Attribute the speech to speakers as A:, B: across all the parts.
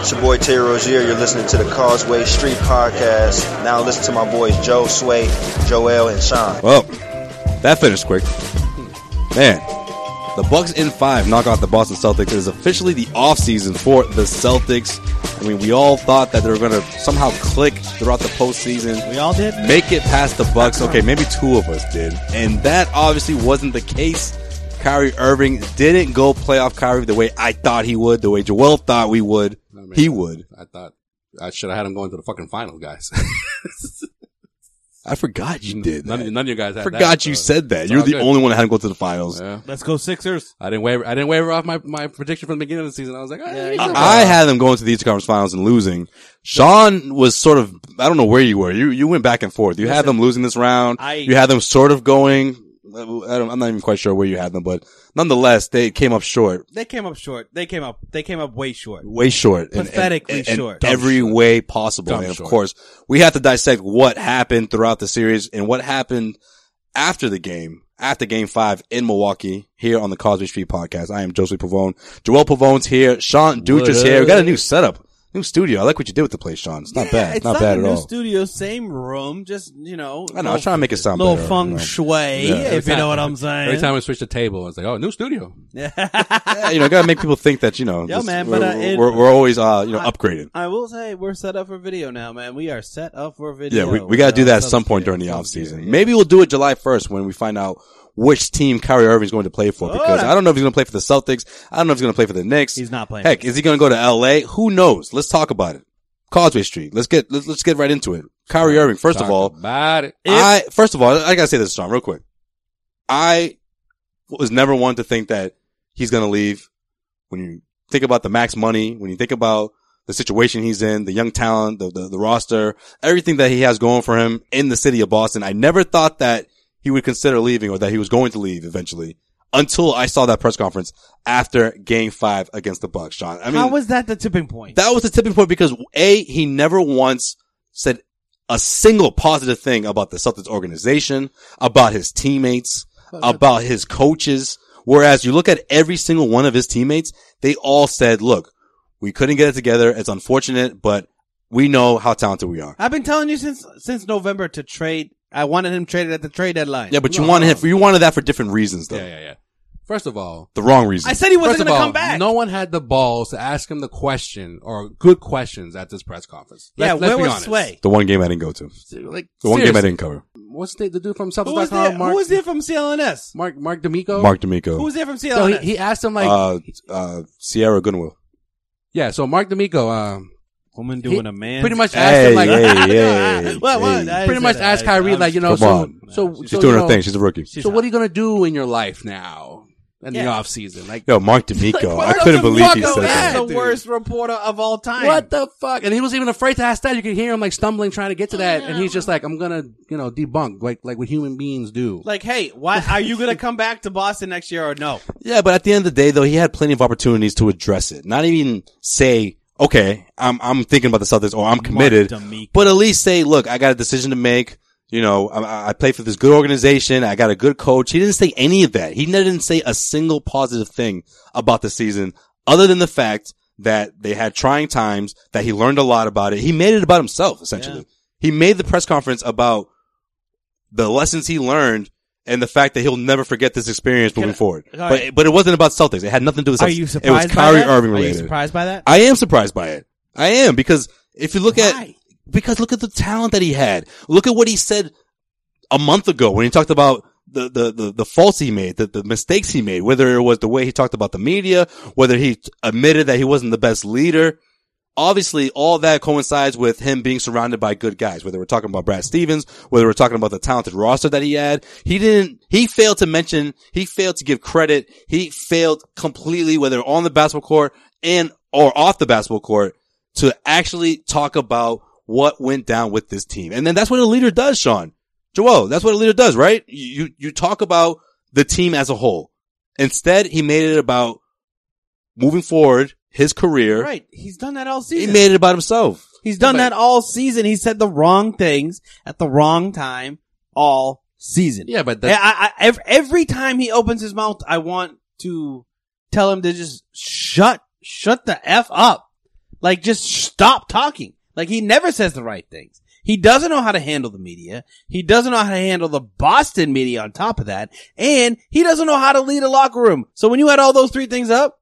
A: It's your boy Terry Rozier. You're listening to the Causeway Street Podcast. Now listen to my boys Joe Sway, Joel, and Sean.
B: Well, that finished quick. Man, the Bucks in five knock out the Boston Celtics. It is officially the offseason for the Celtics. I mean, we all thought that they were going to somehow click throughout the postseason.
C: We all did.
B: make it past the Bucks. Okay, maybe two of us did, and that obviously wasn't the case. Kyrie Irving didn't go playoff Kyrie the way I thought he would, the way Joel thought we would.
D: I mean,
B: He would.
D: I thought I should have had him going to the fucking final, guys.
B: I forgot you did.
D: none, of you-
B: That.
D: none of you guys had
B: Forgot
D: that,
B: you
D: so
B: said that.
D: it's
B: You're
D: all
B: the
D: good.
B: only one that had him go to the finals.
D: Yeah.
C: Let's go Sixers.
D: I didn't waver. I didn't waver off my, my prediction from the beginning of the season. I was like, ah, he's a-
B: I had them going to the Eastern Conference Finals and losing. Sean was sort of I don't know where you were. You you went back and forth. You had them losing this round.
C: I-
B: you had them sort of going. I don't, I'm not even quite sure where you had them, but nonetheless, they came up short.
C: They came up short. They came up. They came up way short.
B: way short, and-
C: Pathetically
B: and, and
C: short.
B: every way possible.
D: Dumb
B: and of
D: short.
B: course, we have to dissect what happened throughout the series and what happened after the game, after Game Five in Milwaukee, here on the Causeway Street Podcast. I am Joseph Pavone. Joel Pavone's here. Sean Duch is here. We got a new setup, new studio. I like what you did with the place, Sean. It's not
C: Yeah,
B: bad.
C: It's
B: not,
C: not,
B: bad
C: a
B: at
C: new
B: all.
C: studio, same room, just you know.
B: I know. I was trying to make it sound
C: little
B: better,
C: feng
B: you know.
C: shui,
D: Every
C: if you
D: time-
C: know what I'm saying.
D: Every time we switch the table, it's like, oh, new studio.
B: Yeah, you know, gotta make people think that you know.
C: Yo,
B: this-
C: man,
B: we're,
C: but, uh, it-
B: we're, we're always uh, you know
C: I-
B: upgrading.
C: I will say we're set up for video now, man. We are set up for
B: Yeah,
C: video. Uh,
B: we, we got to do that at some point during the offseason. Maybe we'll do it July 1st when we find out which team Kyrie Irving is going to play for because I don't know if he's going to play for the Celtics. I don't know if he's going to play for the Knicks.
C: He's not playing.
B: Heck, is he going to go to LA? Who knows? Let's talk about it. Causeway Street. Let's get let's, let's get right into it. Kyrie Irving, first
D: Talk
B: of all,
D: about it.
B: I first of all, I gotta say this, Sean, real quick. I was never one to think that he's gonna leave. When you think about the max money, when you think about the situation he's in, the young talent, the, the the roster, everything that he has going for him in the city of Boston, I never thought that he would consider leaving or that he was going to leave eventually. Until I saw that press conference after Game Five against the Bucks, Sean. I mean,
C: How was that the tipping point?
B: that was the tipping point because A, he never once said a single positive thing about the Celtics organization, about his teammates, about his coaches. Whereas you look at every single one of his teammates, they all said, look, we couldn't get it together. It's unfortunate, but we know how talented we are.
C: I've been telling you since since November to trade. I wanted him traded at the trade deadline.
B: Yeah, but you wanted him, you wanted that for different reasons though.
D: um, Yeah, yeah, yeah. First of all,
B: The wrong reason.
C: I said he wasn't
D: first of
C: going to
D: all,
C: come back.
D: no one had the balls to ask him the question or good questions at this press conference.
C: yeah,
D: Let's-
C: where
D: let's be
C: was
D: honest.
C: Sway?
B: the one game I didn't go to.
D: Like,
B: The one game I
D: seriously.
B: didn't cover.
D: What's the, the dude from
C: Who was there?
D: Celtics.com?
C: Who
D: Mark,
C: was there from CLNS?
D: Mark, Mark D'Amico?
B: Mark D'Amico.
C: Who was there from CLNS?
D: So he, he asked him like,
B: uh, uh, Sierra Goodwill.
D: yeah, so Mark D'Amico, um,
C: Woman
D: he
C: doing a man.
D: pretty much asked
B: Hey,
D: him like,
B: hey, hey,
C: What- what?
B: hey.
C: I
D: pretty
C: said
D: much
C: that.
D: asked
C: I-
D: Kyrie,
C: I'm
D: like, you know,
B: Come
D: so,
B: on.
D: so,
B: She's
D: so,
B: doing
D: you
B: her
D: know,
B: thing. She's a rookie.
C: She's
D: so
C: hot.
D: what are you going to do in your life now in the
C: Yeah.
D: off season? Like,
B: Yo, Mark D'Amico. I couldn't believe he
D: fuck
B: said
D: up
B: that.
C: That's
D: that,
C: the
D: dude.
C: worst reporter of all time.
D: what the fuck? And he was even afraid to ask that. You could hear him like stumbling, trying to get to that. And he's just like, I'm going to, you know, debunk like, like what human beings do.
C: Like, hey, why are you gonna come back to Boston next year or no?
B: Yeah, but at the end of the day, though, he had plenty of opportunities to address it. Not even say, okay, I'm, I'm thinking about the Celtics or I'm committed,
C: D'Amico.
B: but at least say, look, I got a decision to make. You know, I, I play for this good organization. I got a good coach. He didn't say any of that. He didn't say a single positive thing about the season other than the fact that they had trying times, that he learned a lot about it. He made it about himself, essentially. He made the press conference about the lessons he learned and the fact that he'll never forget this experience moving forward.
C: all
B: But,
C: right.
B: but it wasn't about Celtics. It had nothing to do with Celtics.
C: Are you surprised?
B: It was
C: by
B: Kyrie
C: that?
B: Irving
C: Are you
B: related.
C: surprised by that?
B: I am surprised by it. I am because if you look at
C: Why?
B: because look at the talent that he had. Look at what he said a month ago when he talked about the the the, the faults he made, the, the mistakes he made, whether it was the way he talked about the media, whether he t- admitted that he wasn't the best leader. Obviously, all that coincides with him being surrounded by good guys, whether we're talking about Brad Stevens, whether we're talking about the talented roster that he had. He didn't, he failed to mention, he failed to give credit. He failed completely, whether on the basketball court and or off the basketball court to actually talk about what went down with this team. And then that's what a leader does, Sean. Joel, that's what a leader does, right? You, you- you talk about the team as a whole. Instead, he made it about moving forward, his career.
C: Right. He's done that all
B: He
C: season.
B: made it about himself.
C: He's done that all season. He said the wrong things at the wrong time all season.
D: Yeah, but
C: I,
D: that's,
C: I, I- ev- every time he opens his mouth, I want to tell him to just shut, shut the f up. Like, just stop talking. Like, he never says the right things. He doesn't know how to handle the media. He doesn't know how to handle the Boston media on top of that. And he doesn't know how to lead a locker room. So when you add all those three things up,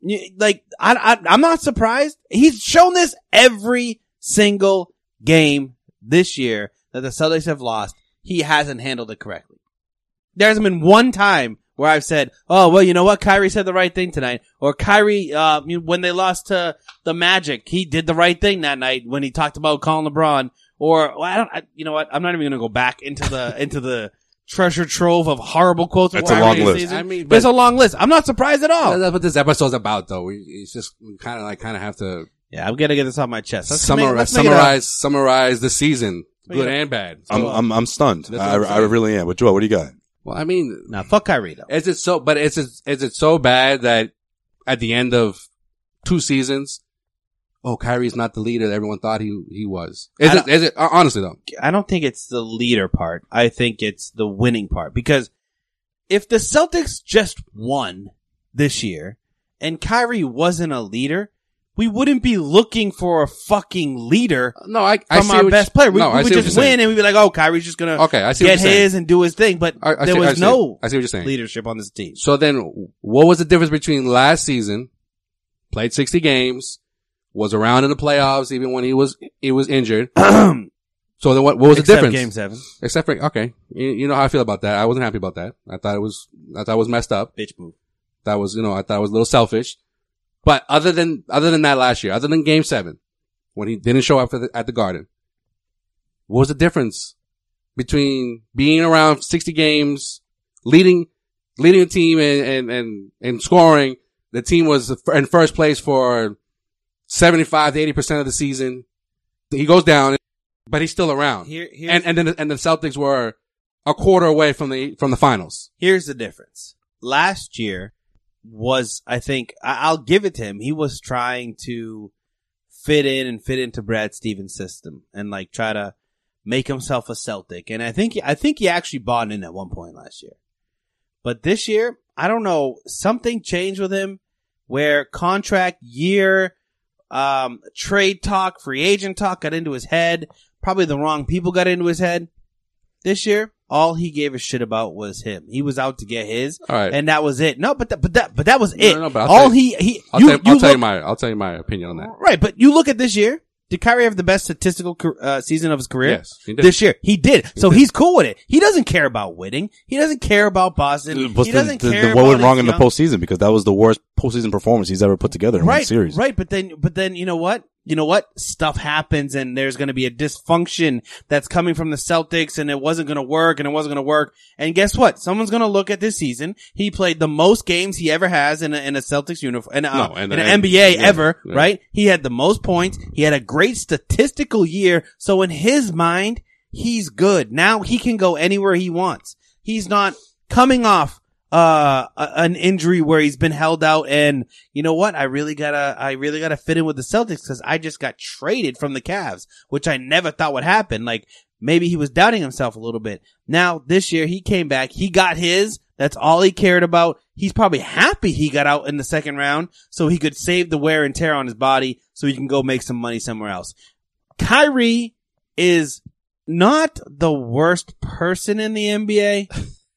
C: you, like, I, I, I'm not surprised. He's shown this every single game this year that the Celtics have lost. He hasn't handled it correctly. There hasn't been one time where I've said, "Oh, well, you know what? Kyrie said the right thing tonight," or Kyrie, uh, you- when they lost to the Magic, he did the right thing that night when he talked about calling LeBron. Or well, I don't, I, you know what? I'm not even going to go back into the into the treasure trove of horrible quotes.
B: That's a
C: from
B: long
C: Kyrie this
B: list.
C: season.
D: I mean, but-
C: There's a long list. I'm not surprised at all.
D: that's what this episode's about, though. We, it's just kind of like kind of have to
C: Yeah, I'm gonna get this off my chest. Let's
D: summarize
C: make- let's make it
D: summarize summarize the season,
C: Make
D: good
C: it up.
D: and bad.
B: I'm, I'm, I'm stunned.
D: That's what
B: I,
D: I'm
B: I
D: saying.
B: really am. But Joel, what do you got?
D: well, I mean,
C: a- Nah, fuck Kyrie though.
D: Is it so? But is it is it so bad that at the end of two seasons, oh, Kyrie's not the leader that everyone thought he he was. Is
C: I
D: it?
C: don't-
D: Is it? uh, Honestly though,
C: I don't think it's the leader part. I think it's the winning part because if the Celtics just won this year and Kyrie wasn't a leader, we wouldn't be looking for a fucking leader
D: no, I I
C: from
D: see
C: our
D: what
C: best
D: you-
C: player. We,
D: no,
C: we
D: I
C: would
D: see what
C: just
D: you're
C: win
D: saying.
C: and we'd be like, "Oh, Kyrie's just gonna
D: Okay, I see what
C: get
D: you're saying.
C: his and do his thing." But
D: I- I
C: there
D: see- I
C: was
D: see.
C: no
D: I see what you're saying.
C: leadership on this team.
D: So then, what was the difference between last season? Played sixty games, was around in the playoffs even when he was he was injured. so then, what, what was
C: Except
D: the difference?
C: Game seven,
D: Except for okay, you, you know how I feel about that. I wasn't happy about that. I thought it was I thought it was messed up.
C: bitch move.
D: That was, you know, I thought it was a little selfish. But other than, other than that last year, other than game seven, when he didn't show up for the, at the garden, what was the difference between being around 60 games, leading, leading a team and, and, and, and scoring? The team was in first place for 75 to 80% of the season. He goes down, but he's still around.
C: Here- here's-
D: and, and then, and the Celtics were a quarter away from the, from the finals.
C: Here's the difference. Last year was, I think, I- I'll give it to him. He was trying to fit in and fit into Brad Stevens' system and like try to make himself a Celtic. And I think, I think he actually bought in at one point last year. But this year, I don't know, something changed with him where contract year, um, trade talk, free agent talk got into his head. Probably the wrong people got into his head. This year, all he gave a shit about was him. He was out to get his,
D: All right.
C: and that was it. No, but that, but that, but that was
D: No,
C: it.
D: no, no, but I'll
C: all
D: tell
C: he he
D: I'll, tell, I'll
C: look-
D: tell you my, I'll tell you my opinion on that.
C: Right, but you look at this year. Did Kyrie have the best statistical car- uh, season of his career?
D: Yes, he did.
C: This year, he did. So he's cool with it. He doesn't care about winning. He doesn't care about Boston.
B: But
C: he
B: then-
C: doesn't
B: then-
C: care
B: then what
C: about
B: went wrong
C: his
B: in the
C: young-
B: postseason? Because that was the worst postseason performance he's ever put together in
C: right,
B: one series.
C: Right, but then, but then you know what? You know what? Stuff happens, and there's going to be a dysfunction that's coming from the Celtics, and it wasn't going to work, and it wasn't going to work. And guess what? Someone's going to look at this season. He played the most games he ever has in a, in a Celtics uniform, in, a,
D: No, and-
C: in an
D: and-
C: NBA
D: yeah,
C: ever.
D: yeah.
C: Right? He had the most points. He had a great statistical year. So in his mind, he's good. Now he can go anywhere he wants. He's not coming off uh a- an injury where he's been held out and you know what I really got to I really got to fit in with the Celtics cuz I just got traded from the Cavs which I never thought would happen like maybe he was doubting himself a little bit now this year he came back he got his That's all he cared about. He's probably happy he got out in the second round so he could save the wear and tear on his body so he can go make some money somewhere else. Kyrie is not the worst person in the NBA,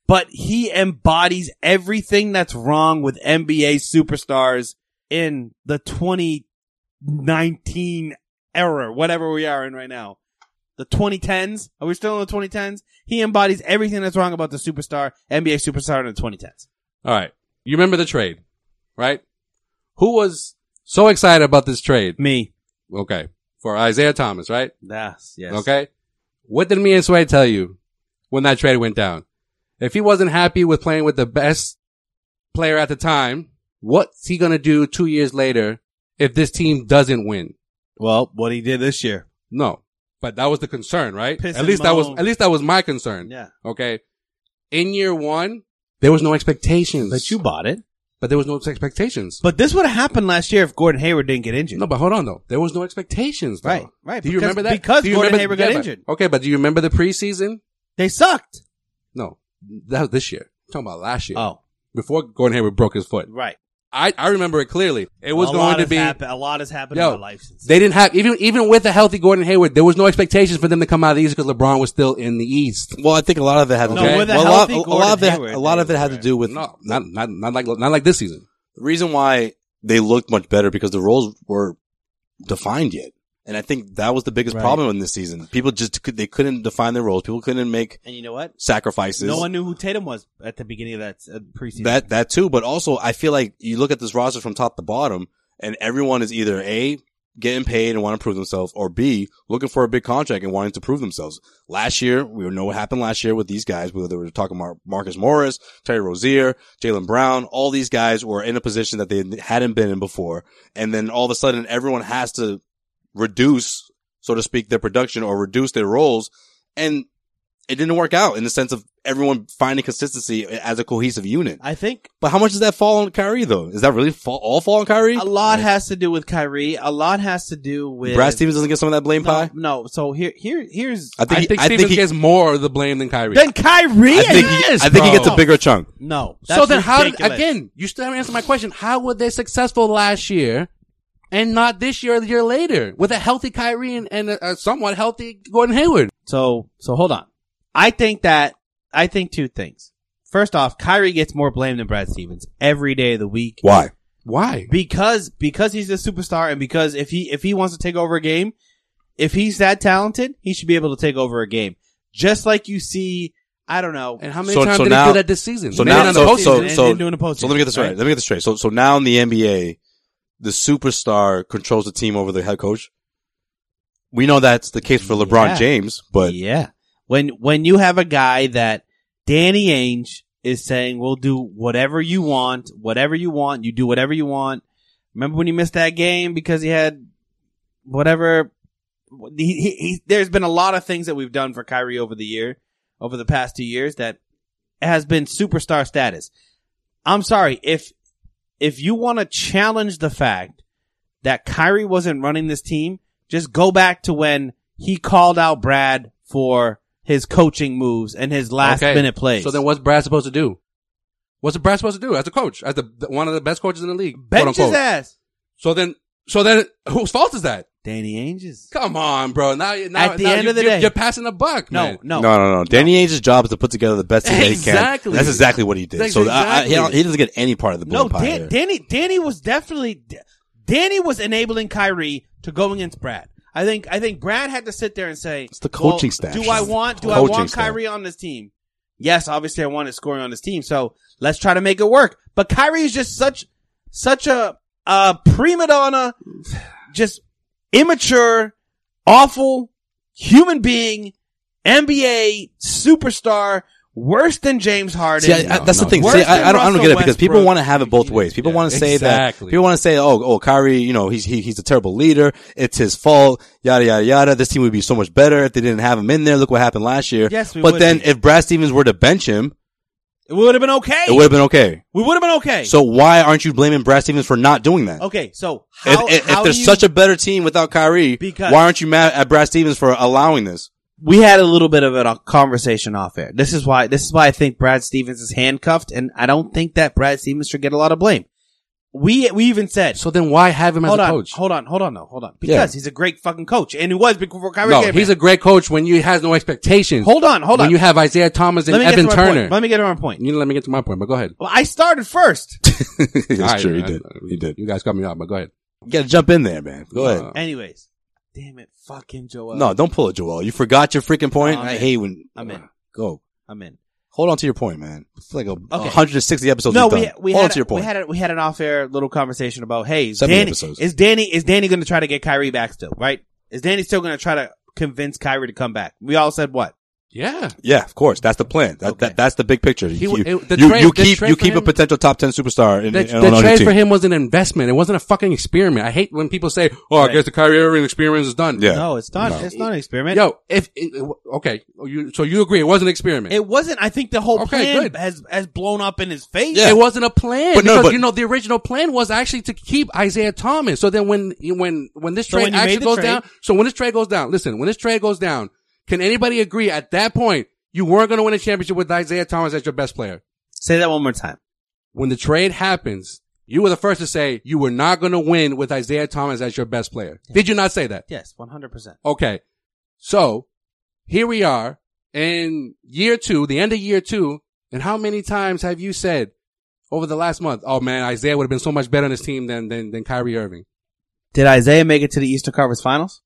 C: but he embodies everything that's wrong with NBA superstars in the 2019 era, whatever we are in right now. The 2010s. Are we still in the 2010s? He embodies everything that's wrong about the superstar, NBA superstar in the 2010s.
D: All right. You remember the trade, right? Who was so excited about this trade?
C: Me.
D: Okay. For Isaiah Thomas, right?
C: Yes, yes.
D: Okay. What did me and Sway tell you when that trade went down? If he wasn't happy with playing with the best player at the time, what's he going to do two years later if this team doesn't win?
C: Well, what he did this year.
D: No. But that was the concern, right?
C: Piss
D: at
C: and
D: least that was,
C: moan.
D: at least that was my concern.
C: Yeah.
D: Okay. In year one, there was no expectations.
C: But you bought it.
D: but there was no expectations.
C: But this would have happened last year if Gordon Hayward didn't get injured.
D: No, but hold on though. There was no expectations, though.
C: Right, right,
D: Do you
C: because-
D: remember that?
C: because
D: do you
C: Gordon
D: remember-
C: Hayward got
D: yeah, but-
C: injured.
D: Okay, but do you remember the preseason?
C: They sucked.
D: No, that was this year. I'm talking about last year.
C: Oh,
D: before Gordon Hayward broke his foot.
C: right.
D: I, I remember it clearly. It was
C: a
D: going
C: lot
D: to
C: has
D: be
C: happen- a lot has happened
D: Yo,
C: in my life since.
D: They didn't have even even with a healthy Gordon Hayward, there was no expectations for them to come out of the East because LeBron was still in the East.
B: Well, I think a lot of it had to
C: No,
B: do.
C: with a
B: well, a, lot,
C: healthy
B: a lot
C: Gordon
B: of that,
C: Hayward,
B: a lot of
C: they
B: it had to
C: were-
B: do with
D: No, not not not like not like this season.
B: the reason why they looked much better because the roles were defined yet. And I think that was the biggest
C: Right.
B: problem in this season. People just could, they couldn't define their roles. People couldn't make
C: and you know what?
B: sacrifices.
C: No one knew who Tatum was at the beginning of that uh, preseason.
B: that that too, but also I feel like you look at this roster from top to bottom, and everyone is either a getting paid and want to prove themselves, or b looking for a big contract and wanting to prove themselves. Last year, we know what happened last year with these guys. Whether they were talking about Marcus Morris, Terry Rozier, Jalen Brown, all these guys were in a position that they hadn't been in before, and then all of a sudden, everyone has to reduce, so to speak, their production or reduce their roles, and it didn't work out in the sense of everyone finding consistency as a cohesive unit.
C: I think
B: But how much does that fall on Kyrie though? Is that really fall, all fall on Kyrie?
C: a lot has to do with Kyrie. A lot has to do with
B: Brad Stevens doesn't get some of that blame
C: No,
B: pie.
C: no, so here, here, here's
B: I think
D: I
B: he-
D: think
B: I think
D: Stevens
B: he-
D: gets more of the blame than Kyrie.
C: then Kyrie.
B: I think he,
D: Yes,
B: I think he
D: bro.
B: gets a bigger chunk.
C: no.
D: so then, how did
C: ridiculous.
D: again? You still haven't answered my question. How were they successful last year, and not this year or the year later with a healthy Kyrie and, and a, a somewhat healthy Gordon Hayward?
C: So, so hold on. I think that, I think two things. First off, Kyrie gets more blame than Brad Stevens every day of the week.
B: Why?
D: Why?
C: Because, because he's a superstar and because if he, if he wants to take over a game, if he's that talented, he should be able to take over a game. Just like you see, I don't know.
D: And how many
B: So-
D: times
B: so
D: did
B: now-
D: he do that this season?
B: So
C: Maybe
B: now,
C: not
B: so
C: in the
B: so
C: postseason.
B: so,
C: They didn't do it in the
B: so let me get this
C: postseason,
B: right.
C: right?
B: Let me get this straight. So so now in the NBA, the superstar controls the team over the head coach. We know that's the case for LeBron
C: Yeah.
B: James, but
C: yeah, when when you have a guy that Danny Ainge is saying, "We'll do whatever you want, whatever you want, you do whatever you want." Remember when he missed that game because he had whatever? He, he, he, there's been a lot of things that we've done for Kyrie over the year, over the past two years that has been superstar status. I'm sorry if if you want to challenge the fact that Kyrie wasn't running this team, just go back to when he called out Brad for his coaching moves and his last
D: Okay.
C: minute plays.
D: So then, what's Brad supposed to do? What's Brad supposed to do as a coach, as the one of the best coaches in the league? quote
C: bench his
D: unquote?
C: ass.
D: So then, so then, whose fault is that?
C: Danny Ainge's.
D: Come on, bro. Now, now
C: At the
D: now
C: end
D: you-
C: of the
D: you're,
C: day.
D: you're passing a buck.
C: No,
D: man.
C: no,
B: No, no, no. Danny Ainge's job is to put together the best team that he can.
D: Exactly.
B: That's exactly what he did.
D: That's
B: so I- I- he, don't-
D: exactly-
B: he doesn't get any part of the blame
C: No,
B: pie.
C: Dan,
B: here.
C: Danny Danny was definitely Danny was enabling Kyrie to go against Brad. I think I think Brad had to sit there and say,
B: It's the coaching
C: well,
B: staff.
C: Do I want do I
B: Coaching
C: want
B: staff.
C: Kyrie on this team? Yes, obviously I want his scoring on this team. So let's try to make it work. But Kyrie is just such such a a prima donna, just immature, awful human being, NBA superstar, worse than James Harden.
B: See, I, I, that's
D: no.
B: the thing.
C: Worse
B: See, I, I
C: than
B: don't, I don't
C: Russell
B: get it because people
C: Westbrook.
B: want to have it both ways. People
D: Yeah,
B: want to say
D: exactly.
B: that. People want to say, "Oh, oh, Kyrie, you know, he's he, he's a terrible leader. It's his fault. Yada yada yada. This team would be so much better if they didn't have him in there. Look what happened last year.
C: Yes, we
B: but
C: would
B: then
C: be.
B: if Brad Stevens were to bench him,
C: it would have been okay.
B: it would have been okay.
C: we would have been okay.
B: So why aren't you blaming Brad Stevens for not doing that?
C: Okay, so
B: If,
C: how,
B: if,
C: how
B: if there's
C: do you,
B: such a better team without Kyrie,
C: Because-
B: why aren't you mad at Brad Stevens for allowing this?
C: we had a little bit of a conversation off air. This is why this is why I think Brad Stevens is handcuffed, and I don't think that Brad Stevens should get a lot of blame. We we even said
D: So then why have him as
C: hold
D: a
C: on,
D: coach?
C: hold on, hold on, no, hold on,
D: Yeah.
C: because he's a great fucking coach, and he was before Kyrie.
D: no,
C: came
D: he's
C: in.
D: a great coach when you has no expectations.
C: hold on, hold
D: when
C: on.
D: you have Isaiah Thomas and
C: let me get
D: Evan
C: to my
D: Turner.
C: Point. Let me get to my point.
D: you didn't let me get to my point, but go ahead.
C: Well, I started first.
D: All right,
B: That's true. He
D: man.
B: did. He did.
D: You guys got me off, but go ahead.
B: You gotta jump in there, man. Go ahead.
D: Uh,
C: Anyways, damn it, fuck him, Joel.
B: No, don't pull it, Joel. You forgot your freaking point.
C: No, I'm
B: I
C: in.
B: hate when.
C: I'm in.
B: Go.
C: I'm in.
B: Hold on to your point, man. It's like a, a
C: Okay.
B: 160 episodes.
C: No,
B: we've
C: we
B: done.
C: we
B: Hold
C: had,
B: on to your
C: a, we
B: point.
C: had a, we had an off air little conversation about hey, is
B: Seven
C: Danny
B: episodes.
C: is Danny is Danny going to try to get Kyrie back still? Right? Is Danny still going to try to convince Kyrie to come back? We all said what?
D: yeah.
B: yeah, of course. That's the plan. That,
C: Okay.
B: that that's the big picture.
D: He
B: You,
D: w-
B: you,
D: it- the
B: you-
D: trade-
B: you
D: the
B: keep
D: trade
B: you
D: for
B: keep a
D: him-
B: potential top ten superstar in,
D: The,
B: in-
D: the
B: on your
D: trade
B: team.
D: for him was an investment. It wasn't a fucking experiment. I hate when people say, "Oh, I
C: Right.
D: guess the Kyrie Irving experiment is done."
B: Yeah.
C: No, it's not.
B: No.
C: It's not an experiment.
D: Yo, if it, okay, you, so you agree it was an experiment. It,
C: it wasn't. I think the whole
D: Okay,
C: plan
D: good.
C: has has blown up in his face.
B: Yeah.
D: wasn't a plan
B: But no,
D: because
B: but-
D: you know the original plan was actually to keep Isaiah Thomas. So then when when when this
C: So
D: trade
C: when you
D: actually
C: made the
D: goes
C: trade-
D: down, so when this trade goes down, listen, when this trade goes down, can anybody agree at that point you weren't going to win a championship with Isaiah Thomas as your best player?
C: Say that one more time.
D: When the trade happens, you were the first to say you were not going to win with Isaiah Thomas as your best player. Did you not say that?
C: Yes, one hundred percent.
D: Okay. So here we are in year two, the end of year two. And how many times have you said over the last month, oh man, Isaiah would have been so much better on this team than, than, than Kyrie Irving?
C: Did Isaiah make it to the Eastern Conference Finals?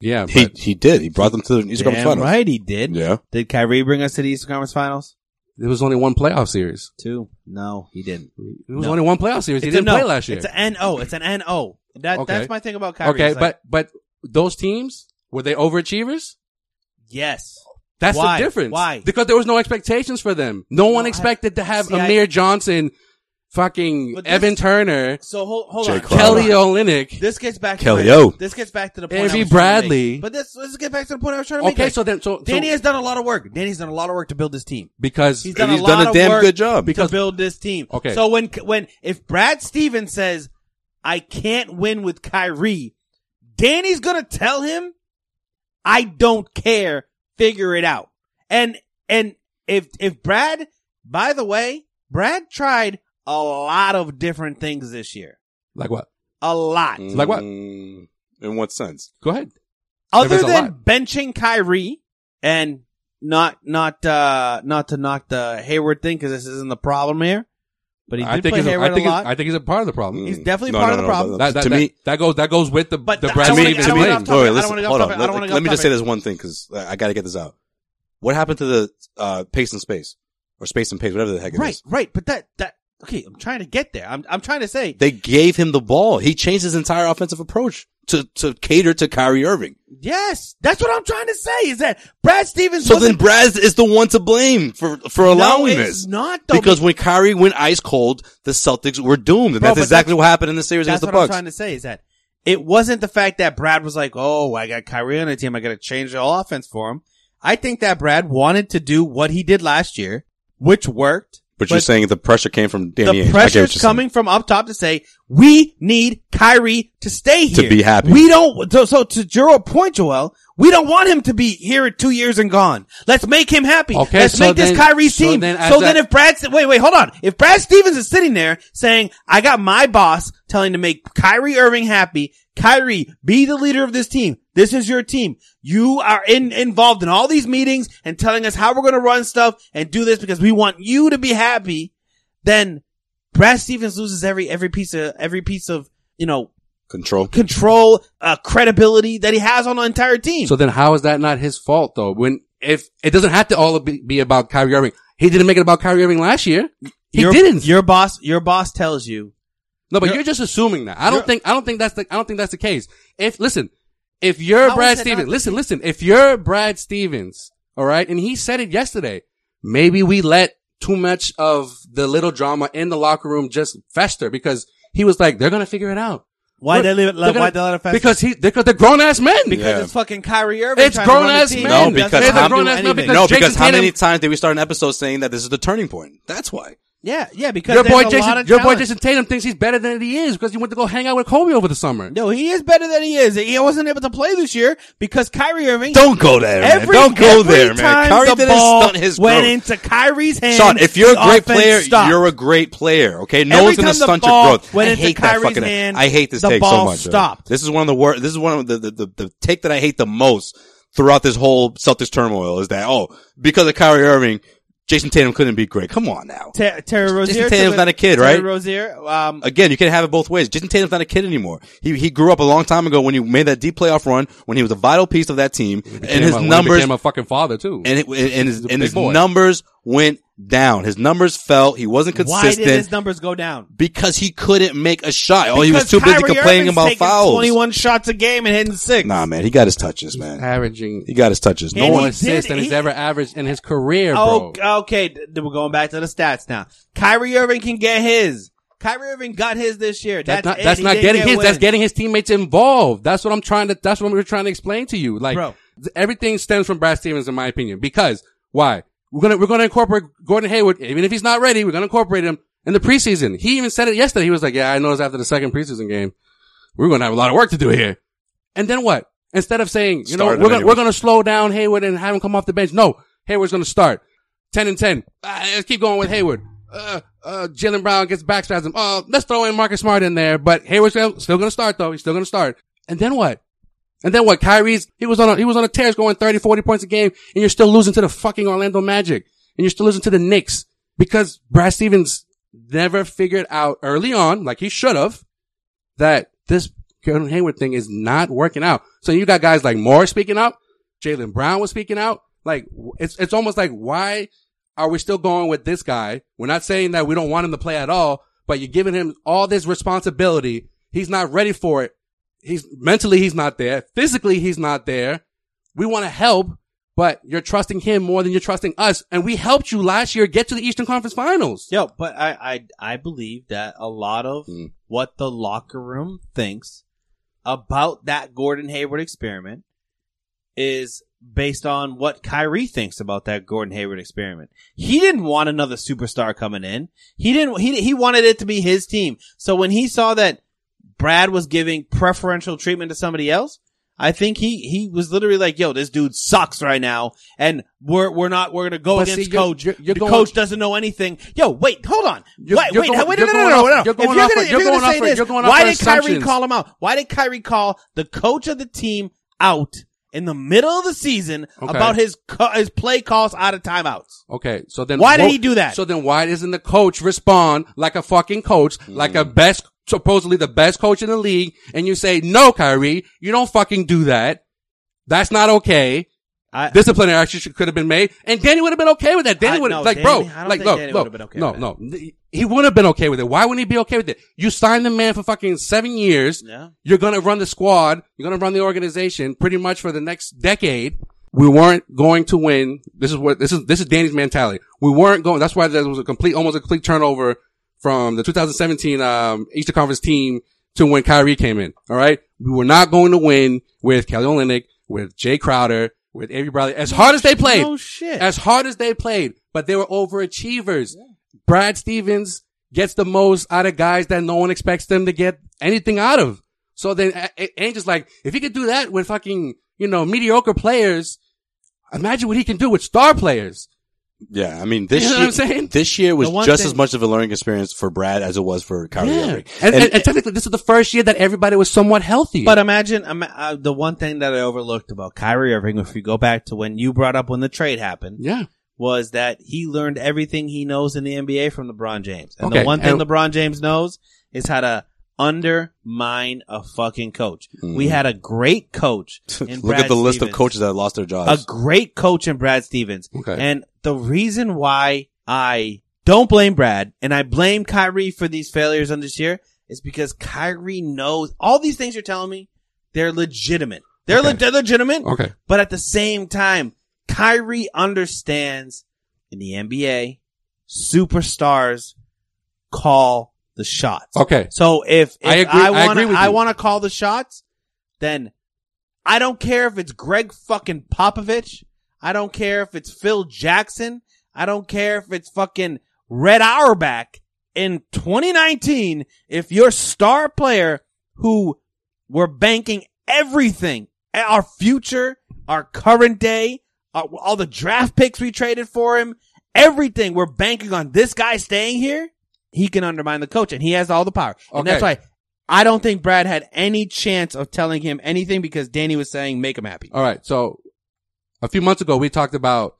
D: Yeah.
B: He
D: But
B: he did. He brought them to the Eastern Conference
C: Damn
B: Finals.
C: right, he did.
B: Yeah.
C: Did Kyrie bring us to the Eastern Conference Finals?
D: there was only one playoff series.
C: Two. No, he didn't.
D: There was
C: No.
D: only one playoff series. He
C: It's a
D: didn't
C: no.
D: play last year.
C: It's an NO. It's an NO. That,
D: Okay.
C: That's my thing about Kyrie.
D: okay.
C: It's like,
D: but, but those teams, were they overachievers?
C: yes.
D: That's
C: Why?
D: the difference.
C: Why?
D: Because there was no expectations for them. No one
C: I-
D: expected to have
C: see, I-
D: Amir Johnson, fucking
C: But this-
D: Evan Turner,
C: So hold, hold
B: Jay
C: on.
B: Crowder.
D: Kelly Olynyk.
C: This gets back to
B: Kelly
C: my-
B: O.
C: This gets back to the point.
D: Avery
C: I was trying to make.
D: Bradley.
C: But this, let's get back to the point I was trying to make.
D: Okay,
C: Like,
D: so then, so,
C: Danny
D: so
C: has done a lot of work. Danny's done a lot of work to build this team.
D: because
C: He's
B: And
C: done,
B: he's
C: a,
B: done
C: lot
B: a
C: of
B: damn
C: work
B: good job.
C: to build this team.
D: Okay.
C: So when when if Brad Stevens says I can't win with Kyrie, Danny's gonna tell him I don't care. Figure it out. And and if if Brad, by the way, Brad tried a lot of different things this year.
D: like what?
C: A lot.
D: Like what?
B: Mm, In what sense?
D: Go ahead.
C: other
D: There was a
C: than
D: lot.
C: benching Kyrie and not not uh not to knock the Hayward thing because this isn't the problem here, but he did
D: I think
C: play
D: he's a,
C: Hayward
D: I think he's,
C: a lot.
D: I think he's a part of the problem.
C: He's
B: Mm.
C: definitely part of the problem.
D: That, that,
B: to
D: that-
B: me,
D: that goes that goes with the
C: But
D: the
C: th- I
D: Brad
C: don't wanna-
D: Stevens
C: I don't wanna
D: thing.
C: off topic.
B: Wait,
C: I don't
B: listen,
C: wanna go
B: hold
C: off
B: on.
C: topic. I
B: Let,
C: don't wanna go
B: let me
C: off
B: just say
C: topic.
B: this one thing because I got to get this out. What happened to the uh, pace and space or space and pace, whatever the heck it is?
C: right, right. But that that okay. I'm trying to get there. I'm I'm trying to say
B: They gave him the ball. He changed his entire offensive approach to to cater to Kyrie Irving.
C: yes. That's what I'm trying to say is that Brad Stevens.
B: So then
C: wasn't-
B: Braz is the one to blame for for allowing
C: No, it's
B: this.
C: not though,
B: Because when Kyrie went ice cold, the Celtics were doomed, and
C: Bro,
B: that's
C: but
B: exactly what happened in the series
C: That's
B: against
C: what
B: the
C: I'm
B: Bucks.
C: trying to say is that it wasn't the fact that Brad was like, "Oh, I got Kyrie on the team. I got to change the whole offense for him." I think that Brad wanted to do what he did last year, which worked.
B: but, you're saying the pressure came from Danny. Ainge. I
C: the
B: get
C: pressure
B: what
C: is
B: you're
C: coming from up top to say we need Kyrie to stay
B: To
C: here
B: be happy.
C: We don't. So, so to your point, Joel, we don't want him to be here at two years and gone. Let's make him happy.
D: Okay,
C: Let's
D: so
C: make this
D: then-
C: Kyrie
D: so
C: team.
D: then as a-
C: so then, if Brad, wait, wait, hold on. If Brad Stevens is sitting there saying, "I got my boss telling to make Kyrie Irving happy," Kyrie, be the leader of this team. This is your team. You are in, involved in all these meetings and telling us how we're going to run stuff and do this because we want you to be happy then Brad Stevens loses every every piece of every piece of you know
B: Control.
C: control, uh, credibility that he has on the entire team.
D: So then, how is that not his fault though? When if it doesn't have to all be, be about Kyrie Irving, he didn't make it about Kyrie Irving last year. He
C: your,
D: didn't.
C: Your boss, your boss tells you
D: no, but
C: you're-
D: you're, just assuming that. I don't
C: you're-
D: think I don't think that's the I don't think that's the case. If listen, if you're
C: How
D: Brad
C: is it not
D: Stevens,
C: the
D: listen, listen, if you're Brad Stevens, all right, and he said it yesterday, maybe we let too much of the little drama in the locker room just fester because he was like, they're gonna figure it out.
C: why
D: Look,
C: they live,
D: they're
C: why
D: gonna-
C: they let it fester?
D: Because he because they're grown ass men.
C: because
B: Yeah.
C: it's fucking Kyrie Irving.
D: it's
C: trying to run
D: grown
C: the
D: ass
C: team.
D: men.
B: No,
C: Doesn't
B: because
D: they're
C: have
D: the
B: how-
C: to do
D: grown ass men.
C: anything.
D: Because
B: no,
D: Jason
B: because how
D: Tatum-
B: many times did we start an episode saying that this is the turning point? That's why.
C: Yeah, yeah, because
D: Your boy
C: there's a lot
D: Jason,
C: of
D: your boy
C: talent.
D: Jason Tatum thinks he's better than he is because he went to go hang out with Kobe over the summer.
C: No, he is better than he is. He wasn't able to play this year because Kyrie Irving.
B: Don't go there, man.
C: every,
B: Don't go
C: every
B: there, man.
C: time
B: Kyrie
C: the
B: didn't
C: ball
B: stunt his
C: went
B: growth.
C: into Kyrie's hands.
B: Sean, if you're a
C: the
B: great
C: offense
B: player,
C: stopped.
B: you're a great player. Okay, no
C: Every
B: one's gonna
C: time the
B: stunt
C: ball
B: your growth.
C: went
B: I
C: into
B: hate that
C: Kyrie's
B: fucking.
C: hand,
B: I hate this
C: the
B: take so
C: ball
B: much. yo.
C: stopped.
B: This is one of the worst. This is one of the, the the the take that I hate the most throughout this whole Celtics turmoil is that oh because of Kyrie Irving, Jason Tatum couldn't be great. Come on now.
C: Ter- Terry Rozier.
B: Tatum's
C: took
B: not a kid,
C: Terry
B: right?
C: Rozier. Um,
B: Again, you can't have it both ways. Jason Tatum's not a kid anymore. He he grew up a long time ago when he made that deep playoff run when he was a vital piece of that team and
D: Became
B: his
D: a- when he
B: numbers
D: became a fucking father too.
B: and it, and his,
D: He's
B: and
D: a big
B: his
D: boy.
B: numbers went down. His numbers fell. He wasn't
C: why
B: consistent
C: did his numbers go down?
B: because he couldn't make a shot. Oh, he was
C: Because
B: too busy
C: Kyrie
B: complaining
C: Irving's
B: about
C: taking
B: fouls.
C: 21 shots a game and hitting six.
B: Nah, man, he got his touches, man.
D: averaging
B: He got his touches. No
C: And
D: more
C: he
B: one.
D: assists
C: did-
D: than he's
C: he-
D: ever averaged in his career, bro.
C: Oh, okay. th- th- We're going back to the stats now. Kyrie Irving can get his. Kyrie Irving got his this year.
D: That's,
C: That's,
D: not
C: it.
D: that's
C: He
D: not
C: didn't
D: getting
C: get
D: his. That's
C: wins.
D: getting his teammates involved. That's what I'm trying to. That's what we're trying to explain to you. Like
C: Bro.
D: th- everything stems from Brad Stevens, in my opinion. Because why? We're gonna we're gonna incorporate Gordon Hayward, even if he's not ready. We're gonna incorporate him in the preseason. He even said it yesterday. He was like, "Yeah, I noticed after the second preseason game, we're gonna have a lot of work to do here." And then what? Instead of saying, you know,
B: Started
D: we're gonna
B: anyway.
D: we're gonna slow down Hayward and have him come off the bench. No, Hayward's gonna start. Ten and ten. Ah, let's keep going with Hayward. Uh, uh, Jalen Brown gets back spasm. Uh, let's throw in Marcus Smart in there, but Hayward's still, still gonna start though. He's still gonna start. And then what? And then what? Kyrie's, he was on a, he was on a tear, he's going 30, 40 points a game, and you're still losing to the fucking Orlando Magic. And you're still losing to the Knicks. Because Brad Stevens never figured out early on, like he should have, that this Gordon Hayward thing is not working out. So you got guys like Moore speaking out, Jalen Brown was speaking out. Like w- it's it's almost like why are we still going with this guy? We're not saying that we don't want him to play at all, but you're giving him all this responsibility. He's not ready for it. He's mentally he's not there. Physically he's not there. We want to help, but you're trusting him more than you're trusting us. And we helped you last year get to the Eastern Conference Finals.
C: Yo, but I, I, I believe that a lot of
D: Hmm.
B: Mm.
C: what the locker room thinks about that Gordon Hayward experiment is based on what Kyrie thinks about that Gordon Hayward experiment. He didn't want another superstar coming in. He didn't, he, he wanted it to be his team. So when he saw that Brad was giving preferential treatment to somebody else, I think he, he was literally like, yo, this dude sucks right now. And we're, we're not, we're going to go
D: But
C: against
D: see, you're-
C: coach.
D: you're- you're
C: the
D: going-
C: coach doesn't know anything. Yo, wait, hold on.
D: You're-
C: wait,
D: you're
C: wait,
D: going-
C: wait, no,
D: you're
C: no,
D: going
C: no, no,
D: off-
C: no, no.
D: you're going
C: if you're
D: off
C: gonna,
D: for-
C: if
D: you're
C: you're
D: going
C: gonna
D: off
C: say
D: for-
C: this,
D: you're going off
C: why
D: for
C: did Kyrie
D: assumptions.
C: call him out? Why did Kyrie call the coach of the team out in the middle of the season
D: Okay.
C: about his co- his play calls out of timeouts?
D: Okay, so then
C: Why did he do that?
D: So then why doesn't the coach respond like a fucking coach, like a best, supposedly the best coach in the league, and you say, no, Kyrie, you don't fucking do that. That's not okay.
C: I,
D: Disciplinary action should, could have been made, and Danny would have been okay with that. Danny
C: I-
D: would
C: no,
D: have, like,
C: Danny-
D: bro,
C: I
D: like,
C: don't think
D: look,
C: Danny
D: look,
C: would've been okay
D: no,
C: with
D: no, he would have been okay with it. Why wouldn't he be okay with it? You signed the man for fucking seven years.
C: yeah.
D: You're going to run the squad. You're going to run the organization pretty much for the next decade. We weren't going to win. This is what, this is, this is Danny's mentality. We weren't going. That's why there was a complete, almost a complete turnover from the 2017, um, Eastern Conference team to when Kyrie came in. All right. We were not going to win with Kelly Olynyk, with Jay Crowder, with Avery Bradley. As hard as they played,
C: No shit.
D: as hard as they played, but they were overachievers. Brad Stevens gets the most out of guys that no one expects them to get anything out of. So then A- A- Ainge is like, if he could do that with fucking, you know, mediocre players, imagine what he can do with star players.
B: Yeah, I mean this.
D: You know
B: year,
D: what I'm saying?
B: This year was
C: The one
B: just
C: thing-
B: as much of a learning experience for Brad as it was for Kyrie Irving.
D: And, and, and technically, this is the first year that everybody was somewhat healthy.
C: But imagine um, uh, the one thing that I overlooked about Kyrie Irving, if you go back to when you brought up when the trade happened,
D: yeah.
C: was that he learned everything he knows in the NBA from LeBron James. And
D: Okay,
C: the one
D: and-
C: thing LeBron James knows is how to undermine a fucking coach. We had a great coach. In
B: Mm. Look at
C: Brad
B: the list of
C: Stevens.
B: coaches that lost their
C: A
B: jobs.
C: great coach in Brad Stevens.
D: Okay.
C: And the reason why I don't blame Brad and I blame Kyrie for these failures on this year is because Kyrie knows all these things you're telling me, they're legitimate. They're, le-
D: Okay.
C: they're legitimate.
D: Okay.
C: But at the same time, Kyrie understands in the NBA, superstars call the shots.
D: Okay.
C: So if, if
D: I agree- I
C: wanna,
D: agree with
C: I
D: you.
C: want to call the shots, then I don't care if it's Greg fucking Popovich. I don't care if it's Phil Jackson. I don't care if it's fucking Red Auerbach in 2019 if your star player who we're banking everything, our future, our current day, our, all the draft picks we traded for him, everything we're banking on this guy staying here, he can undermine the coach and he has all the power. And that's why
D: Okay.
C: I don't think Brad had any chance of telling him anything because Danny was saying make him happy.
D: All right. So a few months ago, we talked about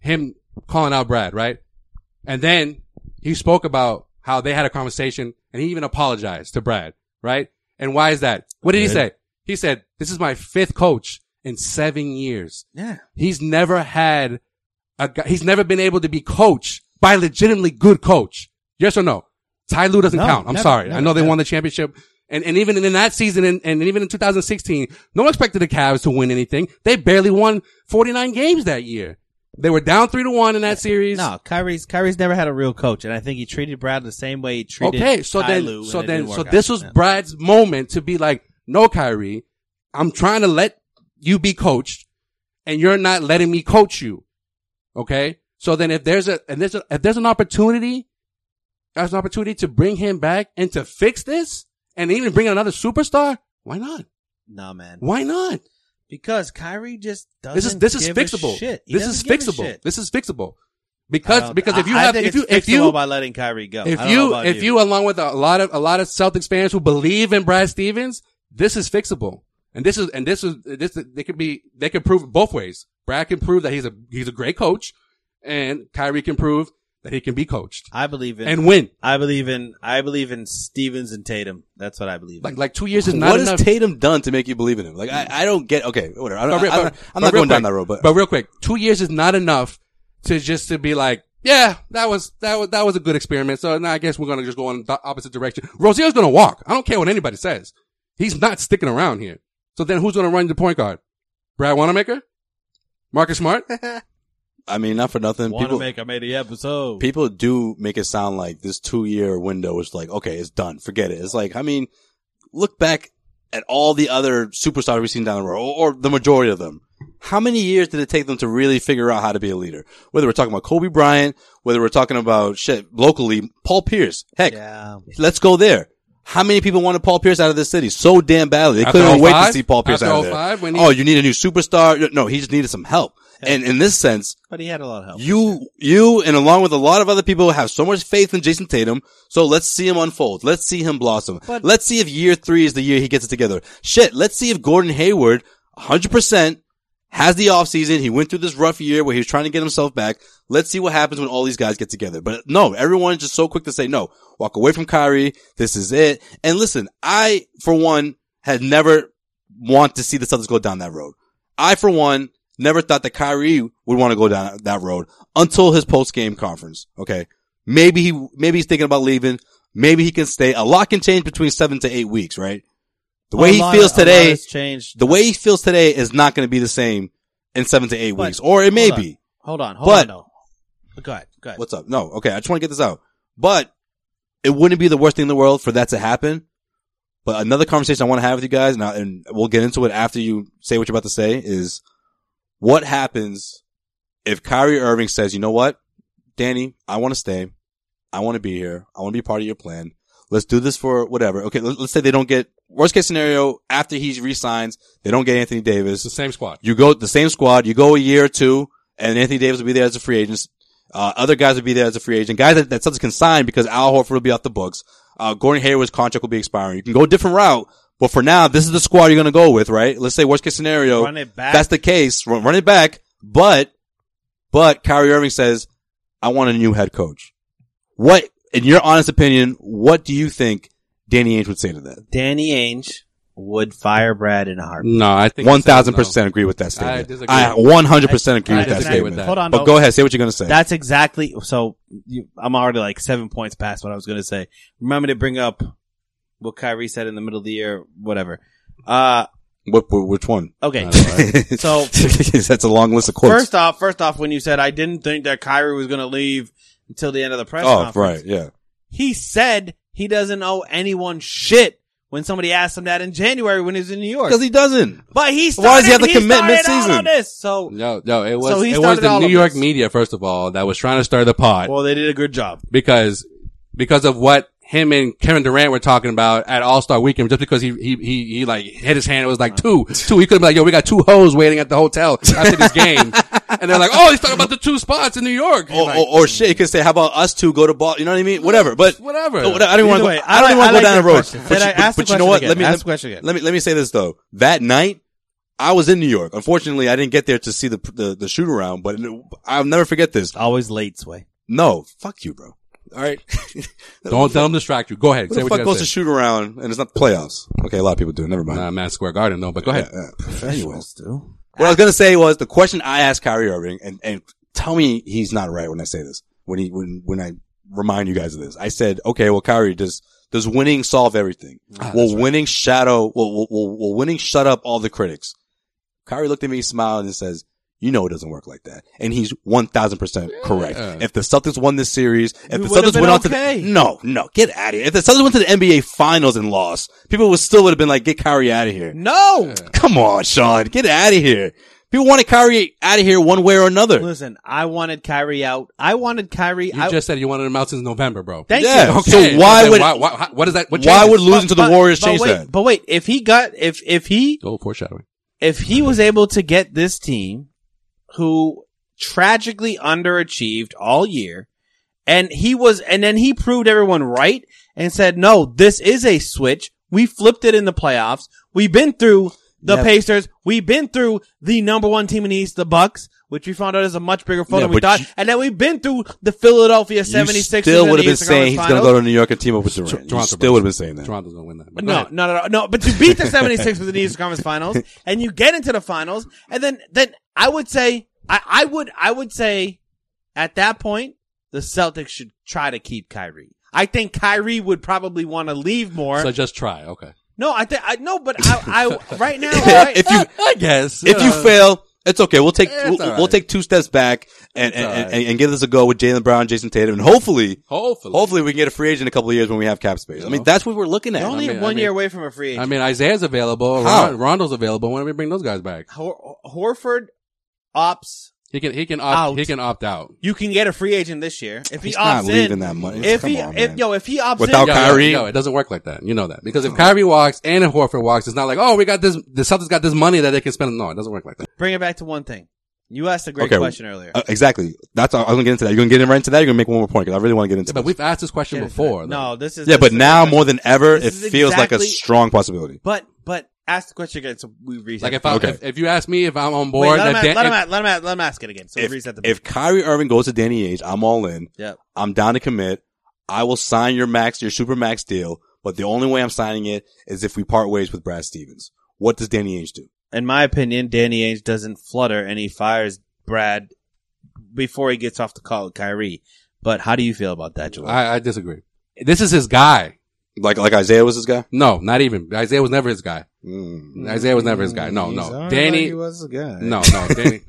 D: him calling out Brad, right? And then he spoke about how they had a conversation and he even apologized to Brad, right? And why is that? What did he say? He said, this is my fifth coach in seven years.
C: Yeah.
D: He's never had a guy, he's never been able to be coached by a legitimately good coach. Yes or no? Ty Lue doesn't
C: No,
D: count. I'm
C: never,
D: sorry. I
C: never,
D: know they
C: never.
D: won the championship. And, and even in that season and, and even in 2016, no one expected the Cavs to win anything. They barely won 49 games that year. They were down three to one in that series.
C: No, Kyrie's Kyrie's never had a real coach, and I think he treated Brad the same way he treated.
D: Okay. So
C: Ty
D: then,
C: Lue,
D: so
C: and it
D: then,
C: didn't
D: so
C: work out.
D: this was
C: Yeah.
D: Brad's moment to be like, no, Kyrie, I'm trying to let you be coached and you're not letting me coach you. Okay. So then if there's a, and there's a, if there's an opportunity, there's an opportunity to bring him back and to fix this and even bring in another superstar. Why not?
C: no man,
D: Why not?
C: because Kyrie just doesn't.
D: This is, this is
C: give a
D: fixable.
C: Shit. He
D: This is
C: doesn't give a
D: fixable.
C: shit.
D: This is fixable.
C: I
D: Because,
C: don't-
D: because if you
C: I- I
D: have,
C: think
D: if you,
C: it's
D: if
C: fixable
D: you,
C: by letting Kyrie go, I
D: if
C: don't know
D: you,
C: about
D: if you. along with a lot of a lot of Celtics fans who believe in Brad Stevens, this is fixable, and this is and this is this they could be they could prove it both ways. Brad can prove that he's a he's a great coach, and Kyrie can prove that he can be coached
C: I believe in,
D: and win.
C: I believe in, I believe in Stevens and Tatum. That's what I believe.
D: Like
C: in.
D: like two years is not
B: What has
D: enough.
B: Tatum done to make you believe in him? Like I, I don't get. Okay, whatever. I don't,
D: But re-
B: I, am
D: but- but
B: not
D: real
B: going down
D: quick-
B: that road. But,
D: but real quick, two years is not enough to just to be like, yeah, that was that was that was a good experiment. So now I guess we're gonna just go in the opposite direction. Rozier's gonna walk. I don't care what anybody says. He's not sticking around here. So then who's gonna run the point guard? Brad Wanamaker, Marcus Smart.
B: I mean, not for nothing.
C: Want
B: People,
C: to make a made episode?
B: people do make it sound like this two year window is like okay, it's done. Forget it. It's like I mean, look back at all the other superstars we've seen down the road, or, or the majority of them. How many years did it take them to really figure out how to be a leader? Whether we're talking about Kobe Bryant, whether we're talking about shit locally, Paul Pierce. Heck,
C: yeah,
B: let's go there. How many people wanted Paul Pierce out of this city so damn badly? They
D: After
B: couldn't wait to
D: 05?
B: see Paul Pierce
D: After
B: out of
D: 05,
B: there.
D: when he-
B: oh, you need a new superstar? No, he just needed some help. And in this sense,
C: but he had a lot of help.
B: you, you, and along with a lot of other people have so much faith in Jason Tatum. So let's see him unfold. Let's see him blossom.
C: But-
B: let's see if year three is the year he gets it together. Shit. Let's see if Gordon Hayward, 100%, has the offseason. He went through this rough year where he was trying to get himself back. Let's see what happens when all these guys get together. But no, everyone's just so quick to say, no, walk away from Kyrie. This is it. And listen, I, for one, had never want to see the Celtics go down that road. I, for one, never thought that Kyrie would want to go down that road until his post game conference. Okay. Maybe he, maybe he's thinking about leaving. Maybe he can stay. A lot can change between seven to eight weeks, right? The way
C: A
B: he
C: lot-
B: feels
C: a lot
B: today,
C: has changed.
B: the way he feels today is not going to be the same in seven to eight
C: But-
B: weeks, or it may
C: hold on.
B: be.
C: Hold on, hold
B: But-
C: on. though. Go ahead, go ahead.
B: What's up? No, okay. I just want to get this out. But it wouldn't be the worst thing in the world for that to happen. But another conversation I want to have with you guys, and, I, and we'll get into it after you say what you're about to say, is what happens if Kyrie Irving says, you know what, Danny, I want to stay. I want to be here. I want to be part of your plan. Let's do this for whatever. Okay, let- let's say they don't get, worst case scenario, after he resigns, they don't get Anthony Davis.
D: It's the same squad.
B: You go the same squad. You go a year or two, and Anthony Davis will be there as a free agent. Uh, other guys will be there as a free agent. Guys that, that Celtics can sign because Al Horford will be off the books. Uh, Gordon Hayward's contract will be expiring. You can go a different route, but for now, this is the squad you're going to go with, right? Let's say worst case scenario,
C: Run it back.
B: that's the case. Run, run it back, but but Kyrie Irving says, "I want a new head coach." What, in your honest opinion, what do you think Danny Ainge would say to that?
C: Danny Ainge would fire Brad in a heartbeat.
D: No, I think
B: One thousand percent agree with that statement.
D: I disagree.
B: I one hundred percent agree
C: I
B: with that
C: disagree
B: statement.
C: with that. Hold on,
B: but
C: though.
B: go ahead, say what you're gonna say.
C: That's exactly. So you, I'm already like seven points past what I was going to say. Remember to bring up what Kyrie said in the middle of the year, whatever. Uh,
B: What, what- which one?
C: okay.
B: so
C: So-
B: that's a long list of Uh, quotes.
C: First off, first off, when you said I didn't think that Kyrie was going to leave until the end of the press
B: oh,
C: conference,
B: right, yeah.
C: he said he doesn't owe anyone shit when somebody asked him that in January when he was in New York.
B: Because he doesn't.
C: but he started,
B: Why does he have the
C: commitment
B: commitment
C: season?
B: season?
C: this, so
D: No, no, it was
C: So he
D: it was
C: started
D: the
C: all
D: New
C: of
D: York
C: this.
D: media first of all that was trying to stir the pot
C: well, they did a good job.
D: because because of what him and Kevin Durant were talking about at All Star Weekend. Just because he, he he he like hit his hand, it was like two two. He could have been like, yo, we got two hoes waiting at the hotel after this game, and they're like, oh, he's talking about the two spots in New York.
B: Or, or, or shit, he could say, how about us two go to ball? You know what I mean? Whatever. But
D: Whatever.
B: Oh, I don't want to
C: Either
B: go.
C: way,
B: I
C: I
B: don't even want to
C: like-
B: go
C: I
B: down the
C: like your
B: road.
C: question.
B: But,
C: Then I-
B: you- but-
C: ask the
B: but you know
C: question
B: what?
C: again.
B: Let me
C: Ask
B: let-
C: the question again.
B: Let me let me say this though. That night, I was in New York. Unfortunately, I didn't get there to see the the, the shoot around. But it- I'll never forget this.
C: Always late, Sway.
B: No, fuck you, bro.
D: All right, don't let him distract you. Go ahead,
B: Who
D: say
B: the
D: what you
B: fuck
D: got
B: goes
D: to
B: to
D: say.
B: shoot around and it's not the playoffs? Okay, a lot of people do. Never mind.
D: Nah, Madison Square Garden, no, but go ahead.
B: Yeah, yeah. Anyways,
C: do.
B: what I was gonna say was the question I asked Kyrie Irving, and, and tell me he's not right when I say this. When he when when I remind you guys of this, I said, okay, well, Kyrie, does does winning solve everything?
C: Ah,
B: will winning shadow? Will, will, will, will winning shut up all the critics? Kyrie looked at me, smiled, and says, "You know it doesn't work like that." And he's one thousand percent correct. If the Celtics won this series, if the
C: We would've
B: Celtics
C: been
B: went on to
C: okay.
B: the, no, no, get out of here. If the Celtics went to the NBA Finals and lost, people would still would have been like, "Get Kyrie out of here."
C: No,
B: Come on, Sean, get out of here. People wanted Kyrie out of here one way or another.
C: listen, I wanted Kyrie out. I wanted Kyrie.
D: You
C: I,
D: just said you wanted him out since November, bro.
C: thank
B: Yeah.
C: you.
B: Okay. So why
D: Okay,
B: would-
D: why, why, what is that? What
B: Why
D: changes?
B: would losing to the Warriors change
C: wait,
B: that?
C: But wait, if he got if if he
D: oh foreshadowing?
C: if he was able to get this team who tragically underachieved all year and he was and then he proved everyone right and said no this is a switch we flipped it in the playoffs we've been through the
B: Yeah.
C: pacers we've been through the number one team in the east the bucks which we found out is a much bigger foe
B: Yeah,
C: than we
B: but
C: thought
B: you-
C: and then we've been through the philadelphia 76ers
B: You still
C: in
B: would have
C: the
B: been
C: Eastern Conference
B: saying he's going to
C: Finals.
B: go to New York and team up with Durant. You
D: Toronto,
B: still
D: bro.
B: would have been saying that.
D: Toronto's gonna win that. But go
C: No,
D: ahead.
C: no, no, no, no. But to beat the 76ers in the Eastern Conference Finals and you get into the finals and then, then I would say, I, I would, I would say at that point, the Celtics should try to keep Kyrie. I think Kyrie would probably want to leave more.
D: So just try. Okay.
C: no, I think, I, no, but I, I, right now, right,
B: If you
D: I guess
B: if you fail, it's okay. We'll take
D: It's
B: we'll,
D: all right.
B: we'll take two steps back and and,
D: all
B: and,
D: right.
B: and give this a go with Jalen Brown, Jason Tatum, and hopefully
D: hopefully,
B: hopefully we can get a free agent in a couple of years when we have cap space. I mean, that's what we're looking at.
C: you're only
D: I mean-
C: one
D: I mean-
C: year away from a free agent.
D: I mean Isaiah's available.
B: How?
D: Ron, Rondo's available. Why don't we bring those guys back?
C: Hor- Horford opts.
D: He can he can opt
C: Out.
D: he can opt out.
C: You can get a free agent this year if he
B: He's
C: opts
B: not
C: in.
B: leaving that much.
C: If he,
B: Come on,
C: if
B: man.
C: yo, if he opts
B: Without
C: in,
D: Yeah,
B: Oh, Kyrie-
D: yeah, no, it doesn't work like that. You know that because if Kyrie walks and if Horford walks, it's not like oh we got this. The Celtics got this money that they can spend. No, it doesn't work like that.
C: bring it back to one thing. You asked a great
B: Okay.
C: question earlier.
B: Uh, exactly. That's I was gonna get into that. You're gonna get in right into that. You're gonna make one more point because I really want to get into.
D: Yeah, but
B: this.
D: we've asked this question
C: Get into
D: before.
C: that.
D: though.
C: No, this is
B: Yeah,
C: this
B: but
C: is
B: now
C: exactly-
B: more than ever, it
C: This is
B: feels like a
C: exactly-
B: strong possibility.
C: But but ask the question again. So we reset.
D: like if, I,
B: Okay.
D: if if you ask me if I'm on
C: Wait,
D: board,
C: let, him
D: if
C: ask,
D: Dan-
C: let, him
D: if-
C: ask, let him ask, let him ask it again. So we
B: If,
C: reset the.
B: if Kyrie Irving goes to Danny Age, I'm all in.
C: Yep.
B: I'm down to commit. I will sign your max, your super max deal. But the only way I'm signing it is if we part ways with Brad Stevens. What does Danny Age do?
C: in my opinion, Danny Ainge doesn't flutter and he fires Brad before he gets off the call with Kyrie. But how do you feel about that, Joel?
D: I, I disagree. This is his guy.
B: Like like Isaiah was this guy.
D: No, not even Isaiah was never his guy.
B: Mm.
D: Isaiah was never his guy. No, no. Danny
C: was a guy.
D: No, no, Danny.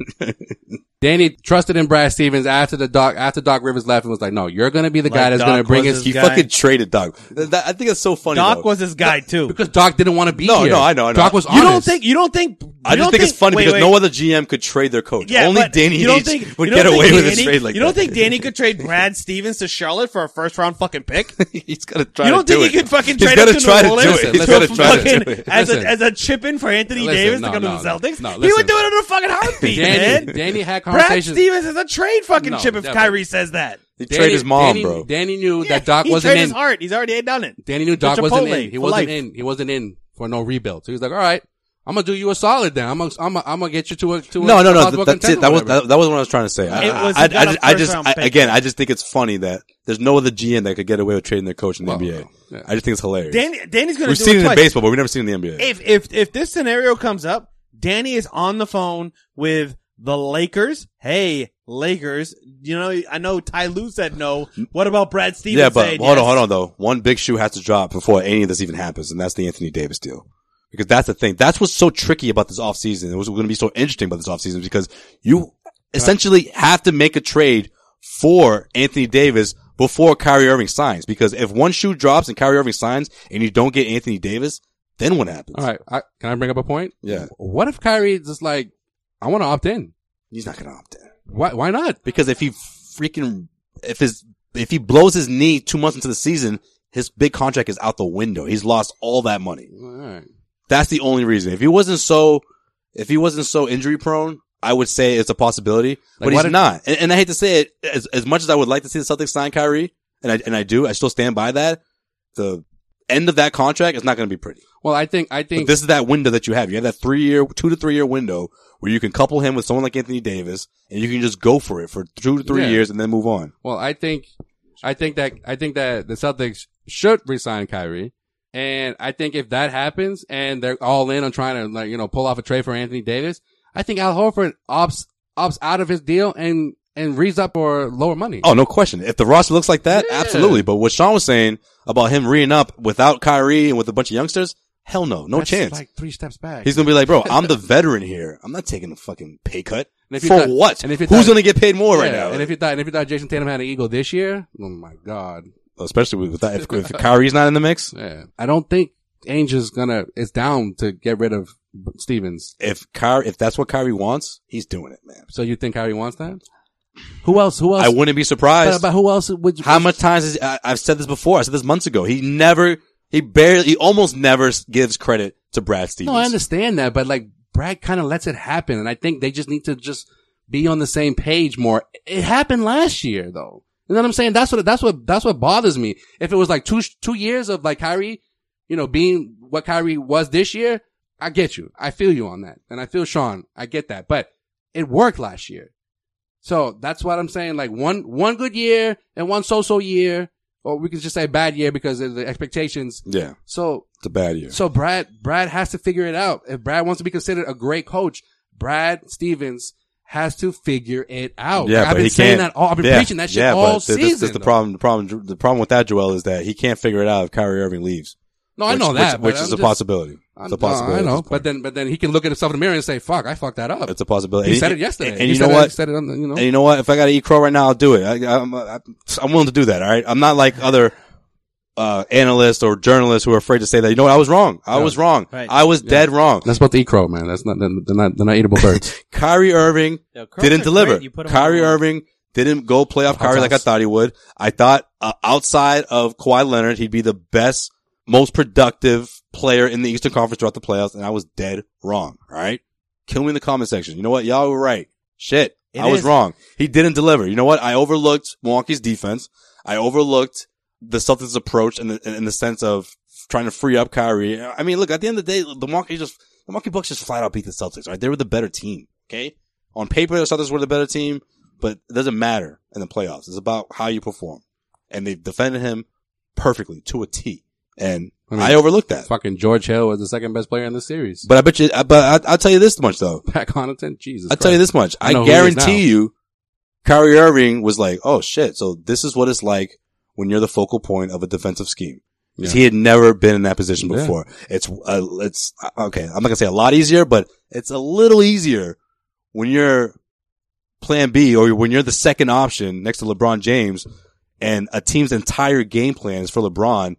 D: Danny trusted in Brad Stevens after the Doc after Doc Rivers left and was like, "No, you're going to be the guy
C: Like
D: that's
C: Doc
D: going to bring
C: was
D: us
C: his
B: He
C: guy.
B: fucking traded Doc. Th- that- I think that's so funny.
C: Doc
B: though.
C: was his guy too.
D: because Doc didn't want to be
B: No,
D: here.
B: no, I know, I know.
D: Doc was
C: You don't
D: honest.
C: think you don't think
B: I
C: you
B: just
C: don't
B: think, it's funny
C: wait,
B: because
C: wait.
B: no other GM could trade their coach.
C: Yeah,
B: Only
C: but
B: Danny
C: you don't
B: Ainge
C: think-
B: would
C: you don't
B: get away
C: think
B: with a
C: Danny-
B: trade like
C: You don't
B: that.
C: think Danny could trade Brad Stevens to Charlotte for a first round fucking pick?
B: he's gonna try.
C: you
B: to
C: don't
B: do
C: think
B: it.
C: he could fucking
B: He's
C: trade
B: gonna
C: up to
B: try
C: the
B: to do
C: Warriors
B: it. He's
D: Listen,
B: gonna
C: for
B: try to do
C: fucking-
B: it.
C: as a
D: Listen.
C: as a chip in for Anthony
D: Listen,
C: Davis
D: no,
C: to come
D: no,
C: to the
D: no.
C: Celtics.
D: No,
C: he
D: listen.
C: would do it in a fucking heartbeat,
D: Danny,
C: man.
D: Danny had
C: Brad
D: conversations.
C: Stevens is a trade fucking
D: No,
C: chip if
D: definitely.
C: Kyrie says that.
B: He
D: Danny-
B: traded his mom,
D: Danny-
B: bro.
D: Danny knew
C: Yeah,
D: that Doc
C: he
D: wasn't
C: traded
D: in.
C: his heart. He's already done it.
D: Danny knew Doc wasn't
C: Chipotle
D: in. He
C: for
D: wasn't
C: life.
D: in. He wasn't in for no rebuild. So he was like, "All right, I'm gonna do you a solid. Then I'm gonna I'm gonna, I'm gonna get you to a to a
B: No, no, no.
D: possible
B: th- That's
D: contender,
B: it. That was
D: whatever."
B: that, that was what I was trying to say. I,
C: It was-
B: I, I,
C: he got
B: I,
C: a
B: I just
C: first-round
B: I,
C: pick.
B: again, I just think it's funny that there's no other GM that could get away with trading their coach in the
D: Well,
B: NBA.
D: yeah.
B: I just think it's hilarious.
C: Danny, Danny's going to
B: We've
C: do
B: seen
C: it
B: it in
C: twice.
B: baseball, but we've never seen it in the NBA.
C: If if if this scenario comes up, Danny is on the phone with the Lakers. Hey, Lakers, you know I know Ty Lue said no. What about Brad Stevens?
B: yeah, but
C: saying
B: hold on,
C: yes?
B: hold on though. One big shoe has to drop before any of this even happens, and that's the Anthony Davis deal. Because that's the thing. That's what's so tricky about this offseason. It was going to be so interesting about this offseason because you essentially have to make a trade for Anthony Davis before Kyrie Irving signs. Because if one shoe drops and Kyrie Irving signs and you don't get Anthony Davis, then what happens?
D: All right. I, can I bring up a point?
B: Yeah.
D: What if Kyrie just like, I want to opt in?
B: He's not going to opt in.
D: Why, why not?
B: Because if he freaking, if his, if he blows his knee two months into the season, his big contract is out the window. He's lost all that money.
D: All right.
B: That's the only reason. If he wasn't so, if he wasn't so injury prone, I would say it's a possibility, but
D: why
B: he's
D: did-
B: not. And, and I hate to say it, as, as much as I would like to see the Celtics sign Kyrie, and I, and I do, I still stand by that. The end of that contract is not going to be pretty.
D: Well, I think, I
B: But
D: think,
B: this is that window that you have. You have that three year, two to three year window where you can couple him with someone like Anthony Davis and you can just go for it for two to three
D: Yeah.
B: years and then move on.
D: well, I think, I think that, I think that the Celtics should resign Kyrie. And I think if that happens and they're all in on trying to like, you know, pull off a trade for Anthony Davis, I think Al Horford opts, opts out of his deal and, and reads up for lower money.
B: Oh, no question. If the roster looks like that,
D: Yeah.
B: absolutely. But what Sean was saying about him reeing up without Kyrie and with a bunch of youngsters, hell no, no
D: That's
B: chance.
D: Like three steps back.
B: He's gonna be like, bro, I'm the veteran here. I'm not taking a fucking pay cut
D: And if you
B: for
D: thought-
B: what?
D: and if you
B: Who's
D: thought-
B: gonna get paid more right
D: Yeah,
B: now?
D: And if you thought, and if you thought Jason Tatum had an ego this year, oh my god,
B: Especially with that, if, if Kyrie's not in the mix,
D: yeah. I don't think Ainge is gonna is down to get rid of Stevens.
B: if Kyrie, if that's what Kyrie wants, he's doing it, man.
D: So you think Kyrie wants that? Who else? Who else?
B: I wouldn't be
D: But,
B: surprised.
D: but who else would? You,
B: How much times is, I, I've said this before. I said this months ago. He never, he barely, he almost never s- gives credit to Brad Stevens.
D: No, I understand that, but like Brad kind of lets it happen, and I think they just need to just be on the same page more. It happened last year, though. You know what I'm saying? That's what that's what that's what bothers me. If it was like two two years of like Kyrie, you know, being what Kyrie was this year, I get you. I feel you on that, and I feel Sean. I get that, but it worked last year, so that's what I'm saying. Like one one good year and one so so year, or we can just say bad year because of the expectations.
B: Yeah,
D: So
B: it's a bad year.
D: so Brad, Brad has to figure it out. If Brad wants to be considered a great coach, Brad Stevens has to figure it out.
B: Yeah,
D: Like, oh,
B: but
D: I've been
B: he
D: saying
B: can't.
D: that all. I've been
B: yeah,
D: preaching that shit
B: yeah,
D: all
B: but th-
D: season.
B: This, this is the
D: though.
B: problem. The problem. The problem with that, Joel, is that he can't figure it out if Kyrie Irving leaves.
D: No, I
B: Which-
D: know that,
B: which, which
D: but
B: is
D: I'm
B: a
D: just-
B: possibility.
D: I'm-
B: It's a
D: no,
B: possibility.
D: I
B: at
D: know,
B: this point.
D: but then, but then he can look at himself in the mirror and say, "Fuck, I fucked that up."
B: it's a possibility.
D: he
B: And
D: said it yesterday,
B: And,
D: He
B: you
D: said
B: know
D: it-
B: what?
D: said it on the, you know,
B: And you know what? If I got to eat crow right now, I'll do it. I, I'm, I, I'm willing to do that. All right. I'm not like other uh, analysts or journalists who are afraid to say that. You know what? I was wrong. I
D: Yeah.
B: was wrong.
C: Right.
B: I was dead wrong.
D: that's about the eat crow, man. That's not they're not they're not eatable birds.
B: Kyrie Irving
C: Yeah, crows
B: didn't
C: are
B: deliver.
C: great. You put 'em on
B: Kyrie
C: the wall.
B: Irving didn't go play off
D: Hot
B: Kyrie like I
D: sauce.
B: thought he would. I thought uh, outside of Kawhi Leonard, he'd be the best, most productive player in the Eastern Conference throughout the playoffs, and I was dead wrong. All right, kill me in the comment section. You know what? Y'all were right. Shit,
C: It
B: I was
C: is.
B: wrong. He didn't deliver. You know what? I overlooked Milwaukee's defense. I overlooked the Celtics' approach in the in the sense of trying to free up Kyrie. I mean, look at the end of the day, the Milwaukee just the Milwaukee Bucks just flat out beat the Celtics. Right, they were the better team. Okay, on paper the Celtics were the better team, but it doesn't matter in the playoffs. It's about how you perform, and they defended him perfectly to a T. And I,
D: I mean,
B: overlooked that.
D: Fucking George Hill was the second best player in the series.
B: But I bet you. I- But I, I'll tell you this much though.
D: Pat Connaughton, Jesus,
B: I'll tell you
D: Christ.
B: this much.
D: I
B: I,
D: know who he is now.
B: guarantee you, Kyrie Irving was like, "Oh shit!" So this is what it's like when you're the focal point of a defensive scheme. 'Cause
D: Yeah.
B: He had never been in that position
D: Yeah.
B: before. It's uh, it's uh, okay. I'm not gonna say a lot easier, but it's a little easier when you're Plan B or when you're the second option next to LeBron James, and a team's entire game plan is for LeBron.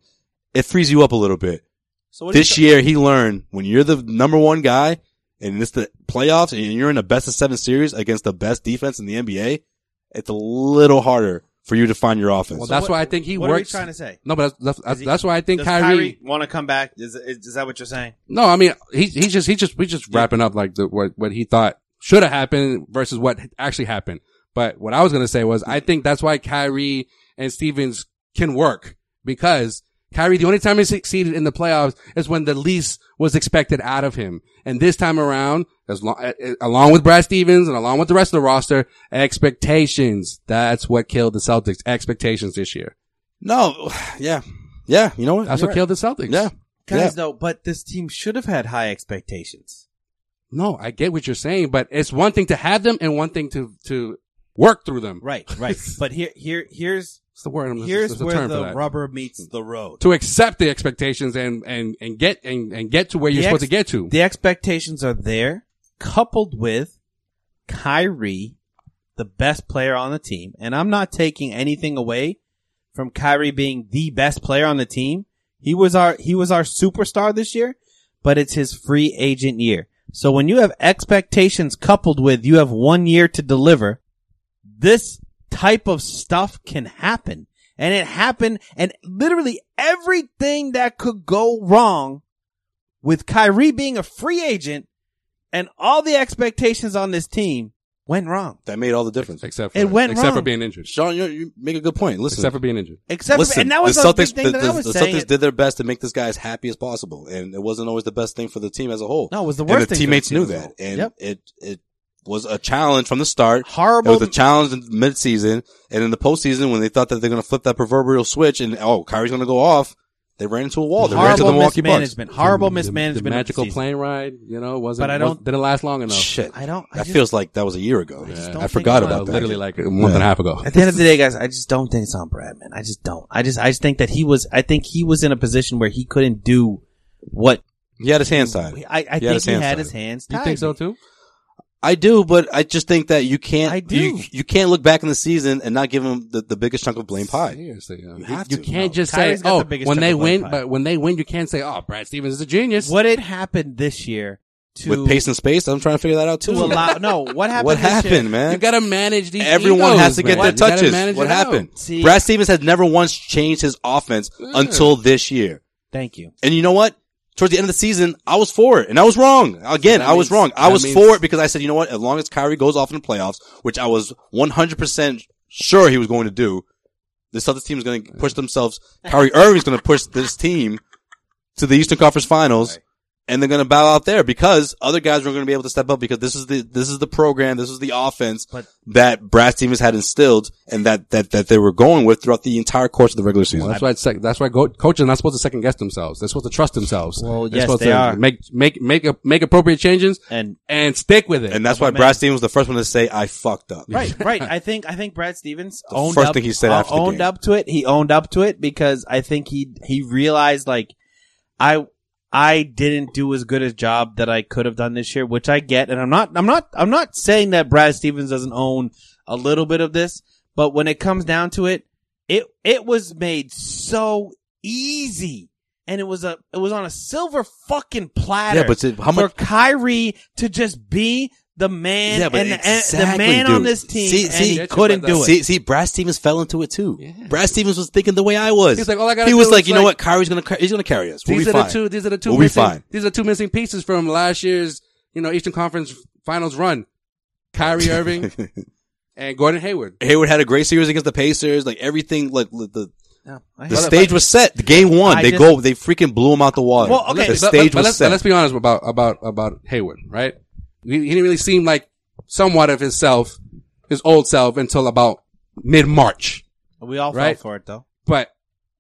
B: It frees you up a little bit
C: So what do you
B: this year he learned when you're the number one guy and it's the playoffs and you're in a best of seven series against the best defense in the NBA, it's a little harder for you to find your offense.
D: Well,
C: So
D: that's
C: what-
D: why I think he
C: what are we
D: works.
C: trying to say?
D: No, but that's that's,
C: Does he-
D: that's why I think
C: Does want to come back? Is, is, is that what you're saying?
D: No, I mean he's he's just he just we just wrapping up like the what what he thought should have happened versus what actually happened. But what I was gonna say was I think that's why Kyrie and Stevens can work because Kyrie the only time he succeeded in the playoffs is when the least was expected out of him. And this time around, as long along with Brad Stevens and along with the rest of the roster, expectations. That's what killed the Celtics. Expectations this year.
B: no, yeah, yeah, you know what?
D: That's
B: Oh, You're
D: what
B: right.
D: killed the Celtics.
B: Yeah,
C: Guys,
B: yeah.
C: though, but this team should have had high expectations.
D: No, I get what you're saying, but it's one thing to have them and one thing to to work through them.
C: Right, right. but here, here, here's
D: It's the word. I'm
C: here's
D: it's
C: where
D: term for
C: the
D: that.
C: rubber meets the road.
D: to accept the expectations and and and get and, and get to where you're
C: The
D: supposed
C: ex-
D: to get to.
C: The expectations are there, coupled with Kyrie, the best player on the team, and I'm not taking anything away from Kyrie being the best player on the team. He was our he was our superstar this year, but it's his free agent year. So when you have expectations coupled with you have one year to deliver, this type of stuff can happen. And it happened and literally everything that could go wrong with Kyrie being a free agent and all the expectations on this team went wrong.
B: That made all the difference.
D: Except for
C: It went
D: except for
C: wrong.
D: being injured.
B: Sean, you, you make a good point. Listen,
D: Except for being injured.
C: Except
B: listen,
C: for, and that was
B: the
C: a
B: Celtics,
C: big thing
B: the,
C: that
B: the-
C: I was
B: the
C: saying.
B: Celtics did their best to make this guy as happy as possible, and it wasn't always the best thing for the team as a whole.
C: No, it was the
B: And
C: worst
B: the
C: thing for the
B: teammates
C: team
B: knew
C: as a
B: that,
C: whole.
B: and
C: Yep.
B: it it was a challenge from the start.
C: Horrible-
B: It was a challenge in midseason, and in the postseason when they thought that they're going to flip that proverbial switch and oh, Kyrie's going to go off, they ran into a wall. They ran into Oh, the
C: horrible
B: Milwaukee Bucks.
C: mismanagement. Horrible
D: The-
C: mismanagement.
D: The,
C: of the
D: magical
C: season.
D: plane ride, you know, wasn't.
C: But I
D: was-
C: don't-
D: didn't last long enough.
B: Shit,
C: I don't- I
B: that
C: just-
B: feels like that was a year ago. I,
C: just don't
B: forgot
C: think
B: about
C: about
B: that.
C: it.
D: Literally like a month and a half ago.
C: At the end of the day, guys, I just don't think it's on Brad, man. I just don't. I just, I just think that he was. I think he was in a position where he couldn't do what
B: he had his hands tied.
C: I, I
B: had
C: think
B: his
C: he
B: hands
C: had
B: tied.
C: his hands.
D: You
C: Tied.
D: think so too?
B: I do, but I just think that you can't.
C: I do.
B: You, you can't look back in the season and not give him the, the biggest chunk of blame pie.
D: Seriously, you,
B: have
D: you
B: to. No.
D: can't just
C: Kyrie's
D: say,
C: got
D: "Oh,
C: the biggest
D: when they
C: triple
D: win."
C: pie.
D: But when they win, you can't say, "Oh, Brad Stevens is a genius."
C: What had happened this year to
B: With pace and space, I'm trying to figure that out
C: to
B: too.
C: allow? No, what happened?
B: what
C: this year-
B: happened, man?
D: You gotta manage these.
B: Everyone
D: egos,
B: has to get
D: man.
B: their
D: You gotta
B: touches.
D: manage
B: What
D: it out.
B: happened?
C: See-
B: Brad Stevens has never once changed his offense until this year.
C: Thank you.
B: And you know what? Towards the end of the season, I was for it, and I was wrong. Again,
D: that
B: I was
D: means-
B: wrong. I
D: that
B: was
D: means-
B: for it because I said, you know what? As long as Kyrie goes off in the playoffs, which I was 100 percent sure he was going to do, this Celtics team is going to push themselves. Kyrie Irving's going to push this team to the Eastern Conference Finals, and they're going to bow out there because other guys are going to be able to step up because this is the this is the program, this is the offense
C: But-
B: that Brad Stevens had instilled and that that that they were going with throughout the entire course of the regular season.
D: Well, that's why. It's sec- that's why go- coaches are not supposed to second guess themselves. They're supposed to trust themselves.
C: Well,
D: They're
C: yes,
D: supposed
C: they
D: to
C: are.
D: Make make make a, make appropriate changes
C: And
D: and stick with it.
B: and that's why Brad Stevens was the first one to say, "I fucked up."
C: Right, right. I think I think Brad Stevens
B: The
C: owned
B: first
C: up,
B: thing he said
C: uh,
B: after the
C: owned
B: game.
C: up to it. He owned up to it because I think he he realized like I I didn't do as good a job that I could have done this year, which I get, and I'm not I'm not I'm not saying that Brad Stevens doesn't own a little bit of this, but when it comes down to it, it it was made so easy. And it was a it was on a silver fucking platter.
B: Yeah, but it- how much-
C: for Kyrie to just be the man
B: Yeah, but
C: and, the- and
B: exactly,
C: the man on
B: dude.
C: this team
B: See-
C: and
B: see-
C: he couldn't do it.
B: See, see, Brad Stevens fell into it too. Brad Stevens was thinking the way I was.
D: He's like, all I gotta
B: he was
D: do
B: like,
D: is
B: you know
D: like-
B: what, Kyrie's gonna car- he's gonna carry us. We'll
D: These
B: be
D: are
B: fine.
D: the two. These are the 2
B: We'll be
D: missing.
B: fine.
D: These are the two missing pieces from last year's you know Eastern Conference Finals run. Kyrie Irving and Gordon Hayward.
B: Hayward had a great series against the Pacers. Like everything, like the the,
C: No, I
B: the
C: hate-
B: stage was set. The game one,
C: I
B: they
C: just-
B: go, they freaking blew him out the water.
C: Well, okay.
B: the
C: But-
D: But-
B: stage
D: but, but
B: was
D: let's,
B: set.
D: but let's be honest about about about Hayward, right? He, he didn't really seem like somewhat of himself, his old self, until about mid March.
C: we all
D: Right?
C: fell for it though.
D: But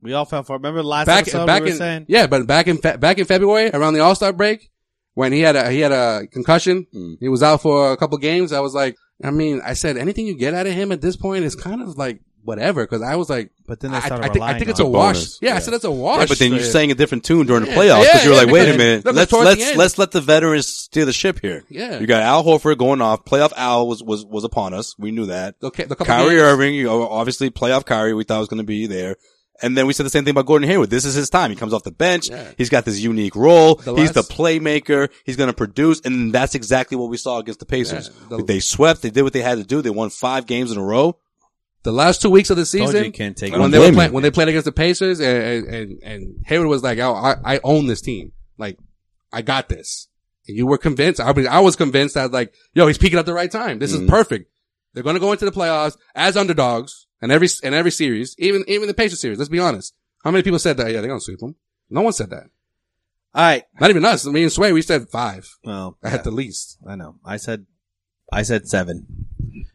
C: We all fell for it. Remember last
D: back
C: episode
D: back
C: we were
D: in
C: saying?
D: yeah, but back in Fe- back in February around the All Star break when he had a he had a concussion,
B: Hmm.
D: he was out for a couple games. I was like, I mean, I said anything you get out of him at this point is kind of like whatever because I was like,
C: But then they
D: I,
C: started
D: I, think, I
C: relying
D: think it's
C: on
D: a
C: him.
D: wash.
B: Bonus,
D: Yeah, I
B: yeah.
D: said it's a wash.
B: Yeah, but then you
D: So-
B: sang a different tune during the
D: Yeah,
B: playoffs because
D: yeah,
B: you were
D: yeah,
B: like, wait a
D: because-
B: minute,
D: no, but
B: let's
D: towards the
B: let's
D: end.
B: let's let the veterans steer the ship here.
D: Yeah.
B: you got Al Horford going off. Playoff Al was was was upon us. We knew that.
D: Okay, the couple
B: Kyrie
D: games-
B: Irving, you know, obviously playoff Kyrie, we thought was going to be there. And then we said the same thing about Gordon Hayward. This is his time. He comes off the bench.
D: Yeah.
B: He's got this unique role.
D: The
B: He's the
D: last-
B: playmaker. He's going to produce. And that's exactly what we saw against the Pacers.
D: Yeah, the-
B: they swept. They did what they had to do. They won five games in a row.
D: the last two weeks of the
C: you
D: season,
C: you can't take
D: when
B: one.
D: they were
B: Blame
D: playing,
B: you.
D: when they played against the Pacers, and and, and, and Hayward was like, "Oh, I, I own this team. Like, I got this." And you were convinced. I, was- I was convinced. I was like, "Yo, he's peaking at the right time. This
B: Mm-hmm.
D: is perfect. They're going to go into the playoffs as underdogs and every and every series, even even the Pacers series. Let's be honest. How many people said that? Yeah, they're going to sweep them. No one said that.
C: All right.
D: Not even us. Me and Sway, we said five
C: Well,
D: at the least.
C: I know. I said, I said seven.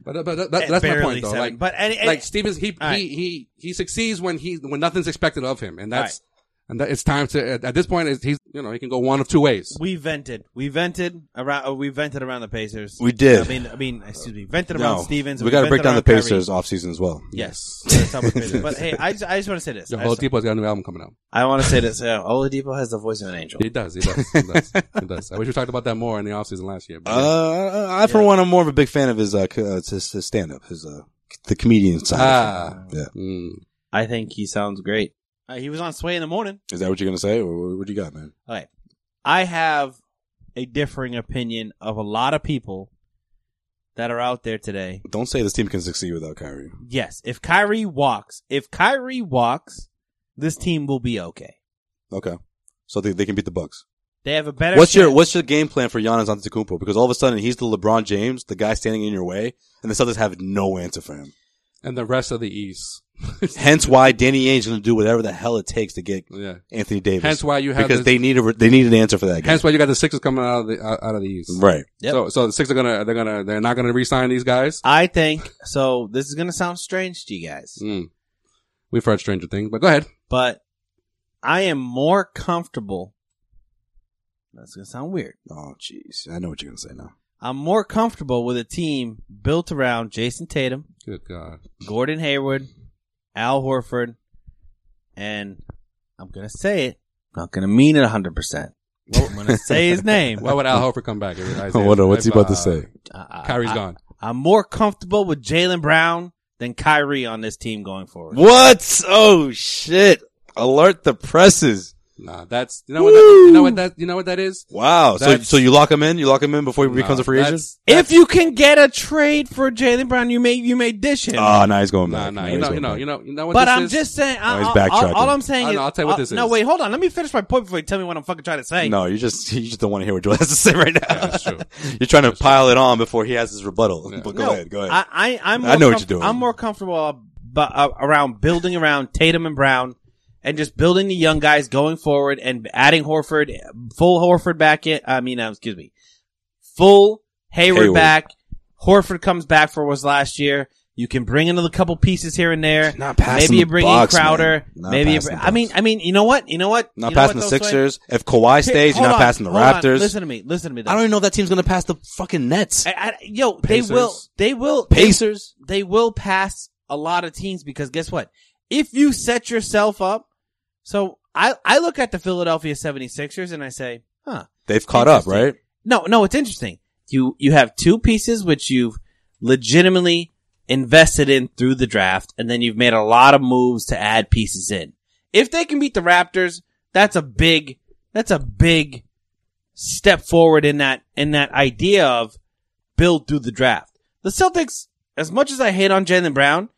D: But, but that, that's my
C: Barely
D: point, though.
C: seven.
D: Like,
C: but and, and-
D: like Stevens, he
C: All right.
D: he he he succeeds when he when nothing's expected of him, and that's and that it's time to at, at this point it's- he's you know he can go one of two ways.
C: we vented, we vented around, oh, we vented around the Pacers.
B: We did.
C: I mean, I mean, excuse me, vented around Stevens.
B: we got to
C: vented
B: break down the
C: around Kyrie.
B: Pacers offseason as well.
C: Yes. Let's talk about the Pacers. but hey, I just, I just want to say this.
D: Yo,
C: I, just-
D: Oladipo's got a new album coming out.
C: I want to say this. Uh, Oladipo has the voice of an angel.
D: He does, he does, he does, he does. I wish we talked about that more in the offseason last year. But yeah.
B: Uh, I, I, for one, I'm more of a big fan of his, uh, c- uh, his, his stand up, his, uh, the comedian side. of
D: Ah.
B: it. Yeah.
D: Mm.
C: I think he sounds great. Uh, he was on Sway in the morning.
B: Is that what you're gonna say, or what you got, man?
C: Okay. I have a differing opinion of a lot of people that are out there today.
B: Don't say this team can succeed without Kyrie.
C: Yes, if Kyrie walks, if Kyrie walks, this team will be okay.
B: Okay, so they, they can beat the Bucks.
C: They have a better
B: What's your
C: chance.
B: What's your game plan for Giannis Antetokounmpo? Because all of a sudden he's the LeBron James, the guy standing in your way, and the Celtics have no answer for him.
D: and the rest of the East.
B: Hence why Danny Ainge is going to do whatever the hell it takes to get
D: Yeah.
B: Anthony Davis.
D: Hence why you have
B: because
D: this-
B: they need a re- they need an answer for that guy.
D: Hence why you got the Sixers coming out of the out out of the East.
B: right.
C: Yep.
D: So so the Sixers are gonna they're gonna they're not gonna re-sign these guys.
C: I think so this is gonna sound strange to you guys.
D: Mm. We've heard stranger things, but go ahead.
C: but I am more comfortable. That's gonna sound weird.
B: Oh jeez, I know what you're going to say now.
C: I'm more comfortable with a team built around Jason Tatum,
D: Good God.
C: Gordon Hayward, Al Horford, and I'm gonna say it. Not gonna mean it 100. percent I'm gonna say his name.
D: Why would Al Horford come back? if Isaiah-
B: What- what's he
D: if,
B: about
D: uh,
B: to say?
C: I- I-
D: Kyrie's
C: I-
D: gone.
C: I'm more comfortable with Jalen Brown than Kyrie on this team going forward.
B: What? Oh shit! Alert the presses.
D: Nah, that's you know what that, you know what that you know what that is.
B: Wow. So
D: That's-
B: so you lock him in? You lock him in before he becomes
D: Nah,
B: a free agent?
D: that's-
C: If you can get a trade for Jalen Brown, you may you may dish him.
B: Ah, now he's going
D: Nah,
B: back.
D: nah,
B: Now
D: you
B: he's
D: know,
B: going
D: you know,
B: back.
D: you know, you know what
C: But
D: this
C: I'm
D: is?
C: just saying. I,
B: Oh, he's
C: I- I- all,
B: backtracking.
C: I'm saying
D: I
C: is.
D: know, I'll tell you what
C: uh,
D: this
C: No,
D: is.
C: wait, hold on. Let me finish my point before you tell me what I'm fucking trying to say.
B: No, you just you just don't want to hear what Joel has to say right now.
D: that's true.
B: you're trying to pile it on before he has his rebuttal.
D: Yeah.
B: But go
C: No,
B: ahead, go ahead.
C: I, I, I'm
B: I
C: more
B: know what
C: comf-
B: you're doing.
C: I'm more comfortable ab- uh, around building around Tatum and Brown and just building the young guys going forward and adding Horford, full Horford back in. I mean, uh, excuse me, full Hayward,
B: Hayward.
C: back. Horford comes back for was last year. You can bring another couple pieces here and there.
B: Not passing
C: Maybe you
B: the
C: bring in
B: box,
C: Crowder.
B: man. Not
C: Maybe you
B: passing
C: bring,
B: the
C: I mean,
B: box.
C: I mean, you know what? You know what?
B: not
C: You know
B: passing
C: what,
B: the
C: though, Sway?
B: Sixers. If Kawhi
C: Here,
B: stays, you're
C: hold
B: not
C: on,
B: passing the
C: hold on.
B: Raptors.
C: Listen to me. Listen to me. Though.
B: I don't even know if that team's going to pass the fucking Nets.
C: I, I, yo,
D: Pacers.
C: they will. They will.
B: Pacers.
C: They, will pass a lot of teams because guess what? If you set yourself up, so I I look at the Philadelphia 76ers and I say, huh?
B: They've caught up,
C: Interesting.
B: right?
C: No, no, it's interesting. You you have two pieces which you've legitimately invested in through the draft, and then you've made a lot of moves to add pieces in. If they can beat the Raptors, that's a big that's a big step forward in that in that idea of build through the draft. The Celtics, as much as I hate on Jalen Brown,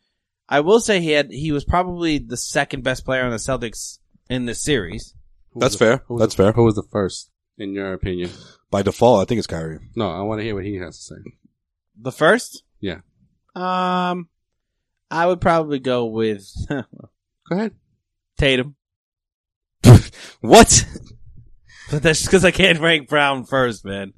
C: I will say he had he was probably the second best player on the Celtics in this series.
D: Who
B: That's
D: was the-
B: fair.
D: who was
B: That's
D: the-
B: fair.
D: Who was the first in your opinion?
B: By default, I think it's Kyrie.
D: No, I want to hear what he has to say.
C: The first,
D: Yeah,
C: Um, I would probably go with
D: go ahead.
C: Tatum,
B: What?
C: but that's just because I can't rank Brown first, man.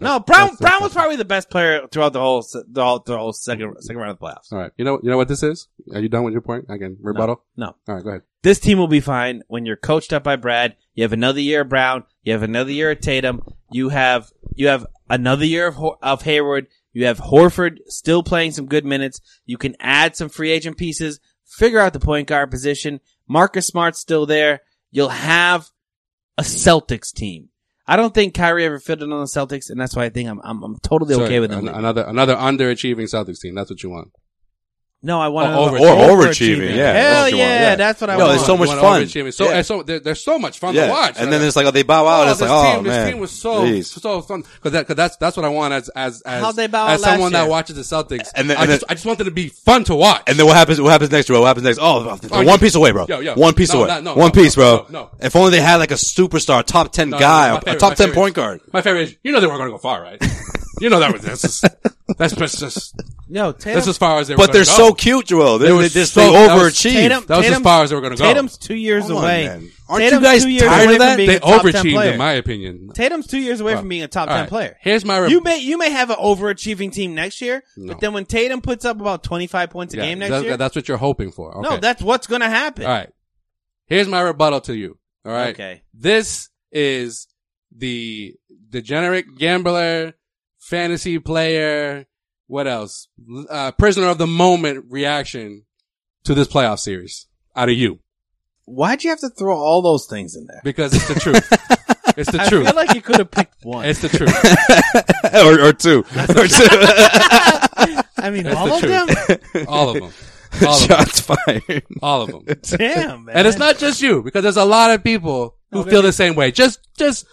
C: No, Brown
D: that's-
C: Brown was probably the best player throughout the whole se- the whole, the whole second second round of the playoffs.
D: All right. You know, you know what this is. Are you done with your point? Again, rebuttal.
C: No,
D: All right, go ahead.
C: this team will be fine when you're coached up by Brad. You have another year of Brown. You have another year of Tatum. You have you have another year of Hor- of Hayward. You have Horford still playing some good minutes. You can add some free agent pieces. Figure out the point guard position. Marcus Smart's still there. You'll have a Celtics team. I don't think Kyrie ever fitted on the Celtics, and that's why I think I'm I'm, I'm totally
D: So,
C: okay with
D: an-
C: them.
D: another another underachieving Celtics team. That's what you want.
C: no, I want
D: Oh, over-
C: to
B: Or overachieving. Yeah.
C: Hell
B: that's what you want,
C: yeah, that's what I
B: No,
C: want.
B: it's so
D: You
B: much
D: want
B: fun.
D: overachieving. So,
B: Yeah.
D: and so they're, they're so much fun
B: yeah.
D: to watch.
B: And then it's like, oh, they bow out.
D: Oh,
B: it's
D: this
B: like, oh,
D: team,
B: man.
D: This team was so
B: Jeez.
D: so fun because that, 'cause that's that's what I want as as as,
C: How'd they bow out
D: as someone
C: last year?
D: that watches the Celtics.
B: And then-
D: I,
B: and
D: just,
B: then-
D: I just want them to be fun to watch.
B: And then what happens? What happens next, bro? What happens next? Oh, one
D: Oh, yeah.
B: piece away, bro.
D: Yo, yo.
B: One piece
D: No,
B: away.
D: no, no,
B: one
D: no,
B: piece,
D: no,
B: bro.
D: no, no.
B: If only they had like a superstar, top ten
D: No, no,
B: guy,
D: my
B: a
D: favorite-
B: top
D: my
B: ten
D: favorite-
B: point guard.
D: My favorite is you know they weren't going to go far, right? you know that was that's just, that's just, just
C: no, Tatum,
D: that's as far as they. were
B: But they're
D: gonna
B: so
D: go.
B: cute, Joel. They,
D: They
B: they,
D: were
B: just
D: so-
B: they
D: that was
B: overachieved.
C: Tatum-
D: That was as
C: Tatum's-
D: far as they were going to go.
C: Tatum's two years
B: Come on,
C: away.
B: man. Aren't
C: Tatum's
B: you guys
C: two years
B: tired
C: away
B: of
C: from
B: that?
C: being
D: they
C: a top 10
D: overachieved,
C: player.
D: in my opinion.
C: Tatum's two years away
D: Well,
C: from being a top
D: all
C: ten
D: right.
C: player.
D: Here's my re-
C: you may you may have an overachieving team next year,
D: No.
C: but then when Tatum puts up about twenty five points a
D: Yeah,
C: game next
D: that-
C: year,
D: That's what you're hoping for. Okay.
C: no, that's what's going to happen.
D: all right. Here's my rebuttal to you. All right.
C: Okay.
D: This is the degenerate gambler, fantasy player. What else? Uh, prisoner of the moment reaction to this playoff series out of you
C: Why'd you have to throw all those things in there?
D: because it's the truth. it's the
C: I
D: truth.
C: feel like you could have picked one.
D: it's the truth.
B: or, or two, or two.
C: I mean,
D: That's
C: all
D: the
C: of them.
D: All of them. All of them.
B: Shots fired.
D: All of them.
C: Damn, man.
D: And it's not just you, because there's a lot of people who feel the same way. Just, just